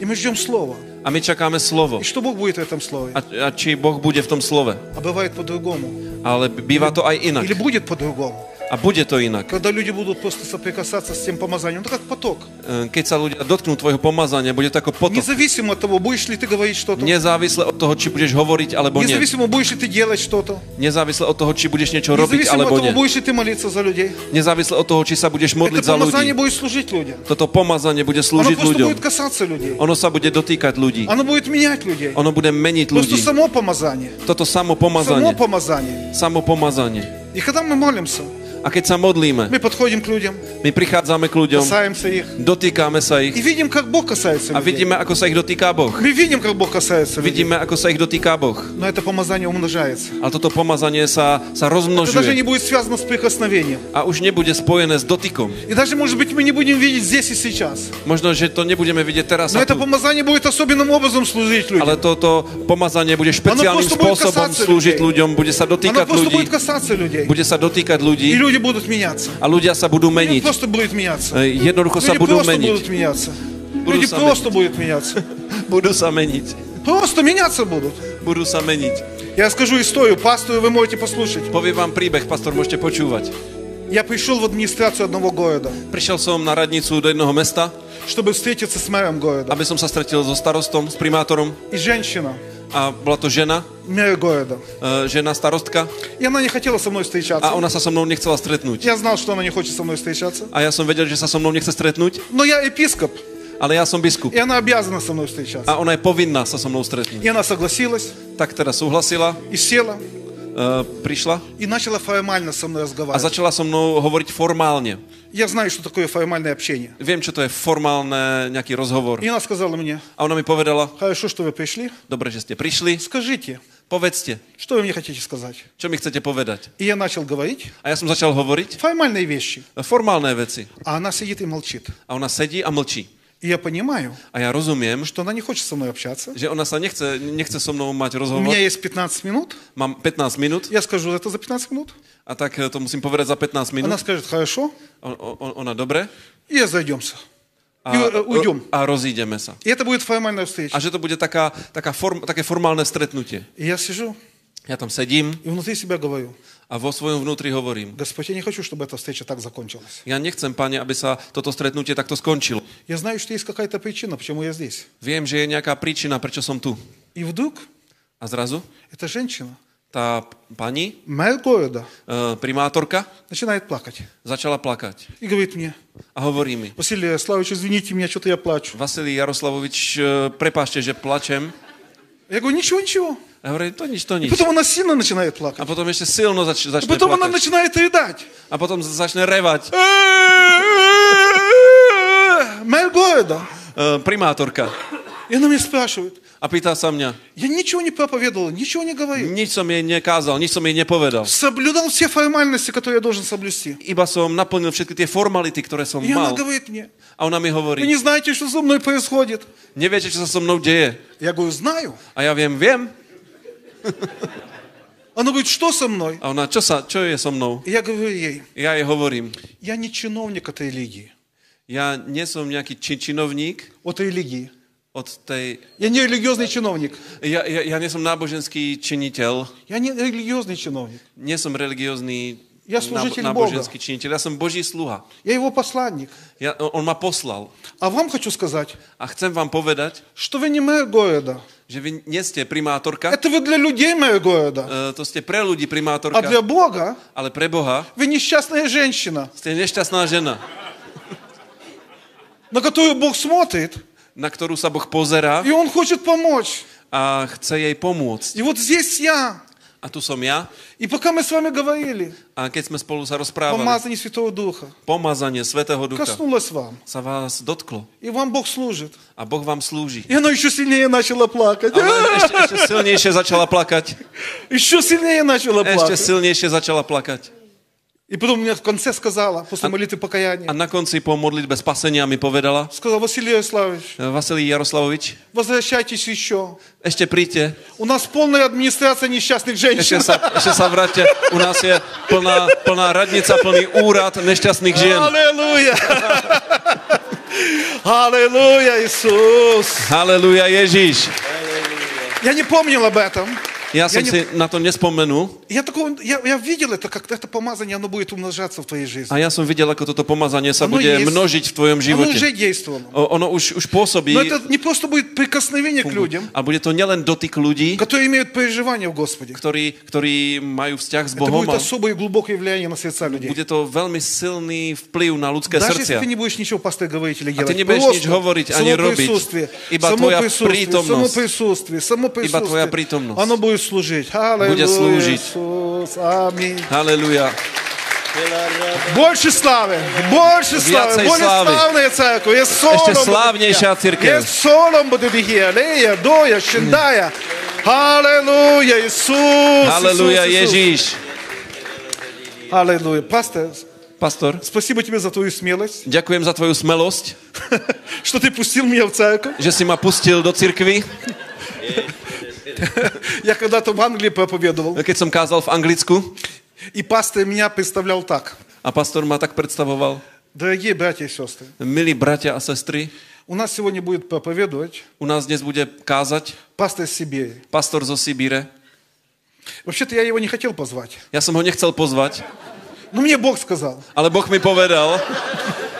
И мы ждем слова.
A my čakáme slovo.
И что Бог будет в этом слове?
A, a či Boh bude v tom slove.
А бывает по-другому.
Ale býva to aj inak.
Или будет по-другому.
A bude to inak. E,
Когда люди будут просто соприкасаться с тем помазанием, это как поток.
Eh, Keď sa ľudia dotknú tvojho pomazania, bude to ako potok.
Независимо от того, будешь ли ты говорить что-то,
Nezávisle od toho, či budeš hovoriť alebo nie.
независимо, будешь ли ты делать что-то,
Nezávisle od toho, či budeš
Ну,
niečo robiť
независимо от
alebo
того,
nie.
будешь ли ты молиться за людей,
Nezávisle od toho, či sa budeš
это
modliť za
помазание
ľudí.
будет служить людям.
Toto pomazanie bude
Оно
slúžiť
просто
ľuďom.
будет касаться людей.
Ono sa bude dotýkať ľudí.
Оно будет менять людей.
Ono bude meniť
Просто
ľudí.
само помазание.
Toto samo
Само
pomazanie.
помазание.
Samo pomazanie.
И когда мы молимся,
A A keď sa modlíme,
Мы подходим к людям,
my prichádzame k ľuďom,
касаемся их
dotýkame sa
и
ich
видим, как Бог касается
a
людей.
vidíme, ako sa ich dotýka Boh.
Мы видим, как Бог касается людей.
Vidíme, ako sa ich dotýka Boh.
Но это помазание умножается.
A toto pomazanie sa, sa
Это даже не
rozmnožuje
будет svязано с прикосновением.
a už nebude spojené s dotykom.
И даже, может быть, мы не будем видеть здесь и сейчас.
Možno, že No to nebudeme vidieť teraz,
Но
a
это
tu,
помазание будет особенным образом служить людям.
ale toto pomazanie bude špeciálnym
Ono prosto bude
spôsobom
kasácia
slúžiť
ľudí.
ľuďom, bude sa
Оно
dotýkať
просто
ľudí,
будет касаться людей.
bude sa dotýkať
И
ľudí
люди будут меняться.
a ľudia sa budú
Люди
meniť.
просто будут меняться.
E, Jednoducho sa
Люди
budú
просто будут
meniť.
меняться. Люди
сами.
просто будут меняться.
Budú sa meniť.
Просто меняться будут.
Budú sa meniť.
Я скажу историю, пастую вы можете послушать.
Poviem vám príbeh, pastor, môžete počúvať.
Я пришел в администрацию одного города,
Prišiel som na radnicu do jedného mesta,
чтобы встретиться с мэром города.
aby som sa stretil so starostom, s primátorom
И женщина,
a bola to žena,
мэр города.
e, žena starostka
И она не хотела со мной встречаться.
a ona sa so mnou nechcela stretnúť.
Я знал, что она не хочет со мной встречаться.
A ja som vedel, že sa so mnou nechce stretnúť,
Но я епископ,
ale ja som biskup
и она обязана со мной встречаться.
a ona je povinná sa so mnou stretnúť.
И она согласилась,
Tak teda súhlasila,
и села,
e, prišla
и начала формально со мной
a
разговаривать.
začala so mnou hovoriť formálne.
Я знаю, что такое формальное общение.
Viem, čo to je formálne nejaký rozhovor.
И она сказала мне,
A ona mi povedala,
хорошо, что вы пришли,
dobre, že ste prišli,
скажите,
povedzte,
что вы мне хотите сказать.
čo mi chcete povedať.
И я начал говорить
A ja som začal hovoriť
формальные вещи,
formálne veci.
а она сидит и молчит.
A ona sedí a mlčí.
И я понимаю,
A ja rozumiem,
что она не хочет со мной общаться.
že ona sa nechce, nechce so mnou mať
У
rozhovor.
меня есть 15 минút,
Mám 15 minút
я скажу это за 15 минút.
a tak e, to musím povedať za
Она
15 minút.
скажет, хорошо,
O, o, ona dobre.
и разойдемся.
A,
И э, уйдем.
a rozídeme sa.
И это будет формальная встреча.
A že to bude taká, taká form, také formálne stretnutie.
И я сижу
Ja tam sedím
и внутри себя говорю,
a vo svojom vnútri hovorím.
Господь, я не хочу, чтобы эта встреча так закончилась.
Ja nechcem, pane, aby sa toto stretnutie takto skončilo.
Я знаю, что есть какая-то причина, почему я здесь.
Viem, že je nejaká príčina, prečo som tu.
И вдруг
A zrazu
эта женщина,
tá p- pani,
мэр города,
e, primátorka,
начинает плакать.
začala plakať.
И говорит мне,
A hovorí mi,
Василий Ярославович, извините меня, что-то я плачу.
Vasilij Jaroslavovič, e, prepáčte, že plačem.
Я говорю, ничего, ничего.
A hovorí, to nič, to
И
nič.
потом она сильно начинает
A
плакать.
potom ešte silno zač-
И
začne
потом она
plakať.
начинает рыдать.
A potom začne revať.
Мэр города.
E, primátorka.
И она меня спрашивает.
A pýta sa mňa,
Я ничего не проповедовал, ничего не говорил.
nič som jej nekázal, nič som jej nepovedal.
Соблюдал все формальности, которые я должен соблюсти.
Iba som naplnil všetky tie formality, ktoré som
И она
mal.
говорит мне,
A ona mi
вы
hovorí,
не знаете, что со мной происходит.
neviete, čo sa so mnou deje.
Я говорю, знаю.
A ja viem, viem.
Она говорит, что со мной?
A ona, čo, sa, čo je so mnou?
И я говорю ей,
Ja jej hovorím,
я не чиновник от религии.
ja nie som nejaký či- činovník
От религии.
od tej...
Я не религиозный чиновник.
Ja, ja, ja nie som náboženský činiteľ,
Я не религиозный чиновник.
nie som religiózny
Ja slúžiteľ
náboženský činiteľ, ja som Boží sluha.
Я его посланник.
Ja, on ma poslal.
А вам хочу сказать,
A chcem vám povedať,
что вы не мэр города.
že vy nie ste primátorka,
Это вы для людей мэр города.
e, to ste pre
А
ľudí
для
primátorka,
Бога
ale pre Boha
вы несчастная женщina,
ste nešťastná žena,
на которую Бог смотрит,
na ktorú sa Boh pozerá
и Он хочет помочь.
a chce jej pomôcť.
И вот здесь я.
A tu som ja.
И пока мы с вами говорили,
A keď sme spolu sa rozprávali,
помазание Святого Духа
pomazanie Svetého Ducha
коснулось вам.
sa vás dotklo
И вам Бог служит.
a Boh vám slúži.
И она еще сильнее начала плакать.
A ona ešte, ešte silnejšie začala plakať.
Еще сильнее начала
Ešte
плакать.
silnejšie začala plakať.
И потом мне в конце сказала, после молитвы
A
покаяния,
na konci po modlitbe spasenia mi povedala,
сказала, Василий Ярославович,
Eh, Vasilij Jaroslavovič,
возвращайтесь еще.
ešte príďte,
У нас полная администрация несчастных женщин.
ešte sa, ešte sa vráťte. U nás je plná, plná radnica, plný úrad nešťastných žien.
Аллилуйя! Аллилуйя, Иисус!
Haleluja Ježiš.
Я не помнил об этом.
Ja
Ja
som
ne-
si na to nespomenul
Я, такого, я, я видел это, как это помазание, оно будет умножаться в твоей жизни.
a ja som videl, ako toto pomazanie sa
Ono
bude
je-
množiť v tvojom
Оно уже
živote.
действовало.
O- Ono už, už pôsobí
Но это не просто будет прикосновение к людям,
a bude to nielen dotyk ľudí,
которые имеют переживания в Господе.
ktorí, ktorí majú vzťah s
Это
Bohom
будет
a
особое и глубокое влияние на сердца людей.
bude to veľmi silný vplyv na ľudské
Даже если
srdcia.
ты не будешь ничего, пастор, говорить или
А ты
делать,
не будешь
просто
ничего говорить, а не
само
робить.
присутствие,
Ибо
само
твоя
присутствие, само
притомность.
присутствие, само присутствие,
твоя притомность.
оно будет служить. Аллилуйя,
служить.
Иисус, аминь.
Haleluja.
Больше славы, больше славы,
Viacej
более
славы.
славная церковь. Есть солом
Ještě
буде
slávnější
дихія.
církev.
Є солом буде дихія. Лея, доя, щендая. Аллилуйя, Иисус.
Haleluja, Ježíš.
Аллилуйя. Пастор,
Pastor,
спасибо тебе за твою смелость,
ďakujem za tvoju smelosť,
что ты пустил меня в церковь.
že si ma pustil do cirkvy.
Я когда-то в Англии проповедовал,
Keď som kázal v Anglicku
и пастор меня представлял так.
a pastor ma tak predstavoval.
Дорогие братья и сестры,
Milí bratia a sestry,
у нас сегодня будет проповедовать
u nás dnes bude kázať
пастор Сибири.
pastor zo Sibíre.
Вообще-то я его не хотел позвать,
Ja som ho nechcel pozvať,
но мне Бог сказал.
ale Boh mi povedal,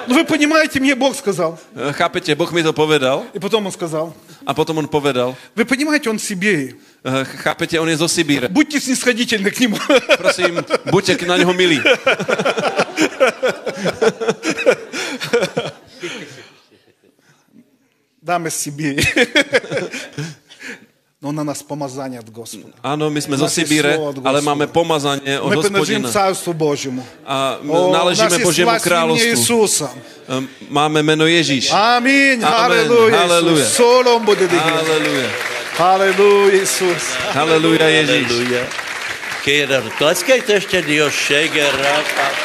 Ну вы понимаете, мне Бог сказал.
e, chápete, Boh mi to povedal
И потом он сказал,
a potom on povedal,
вы понимаете, он Сибири.
e, chápete, on je zo Sibíre.
Будьте снисходительны к нему.
Prosím, buďte na něho milí.
Да, мы с Сибири. Но на нас помазание от Господа.
Áno, my sme zo
Máte
Sibíre,
slovo od
ale
Hospodina.
máme pomazanie
Мы
od
принадлежим
hospodina
Царству Божьему.
a m-
О, у нас
náležíme
есть
Božiemu
власть в имени
kráľovstvu.
Иисуса.
Um, Máme meno Ježíš.
Аминь.
Амен.
Аллилуйя.
Аллилуйя.
Иисус. Солом будет играть.
Haleluja.
Аллилуйя, Иисус.
Haleluja Ježíš.
Aleluja. Kjer, klackajte ještě Dio Šeger, rapa.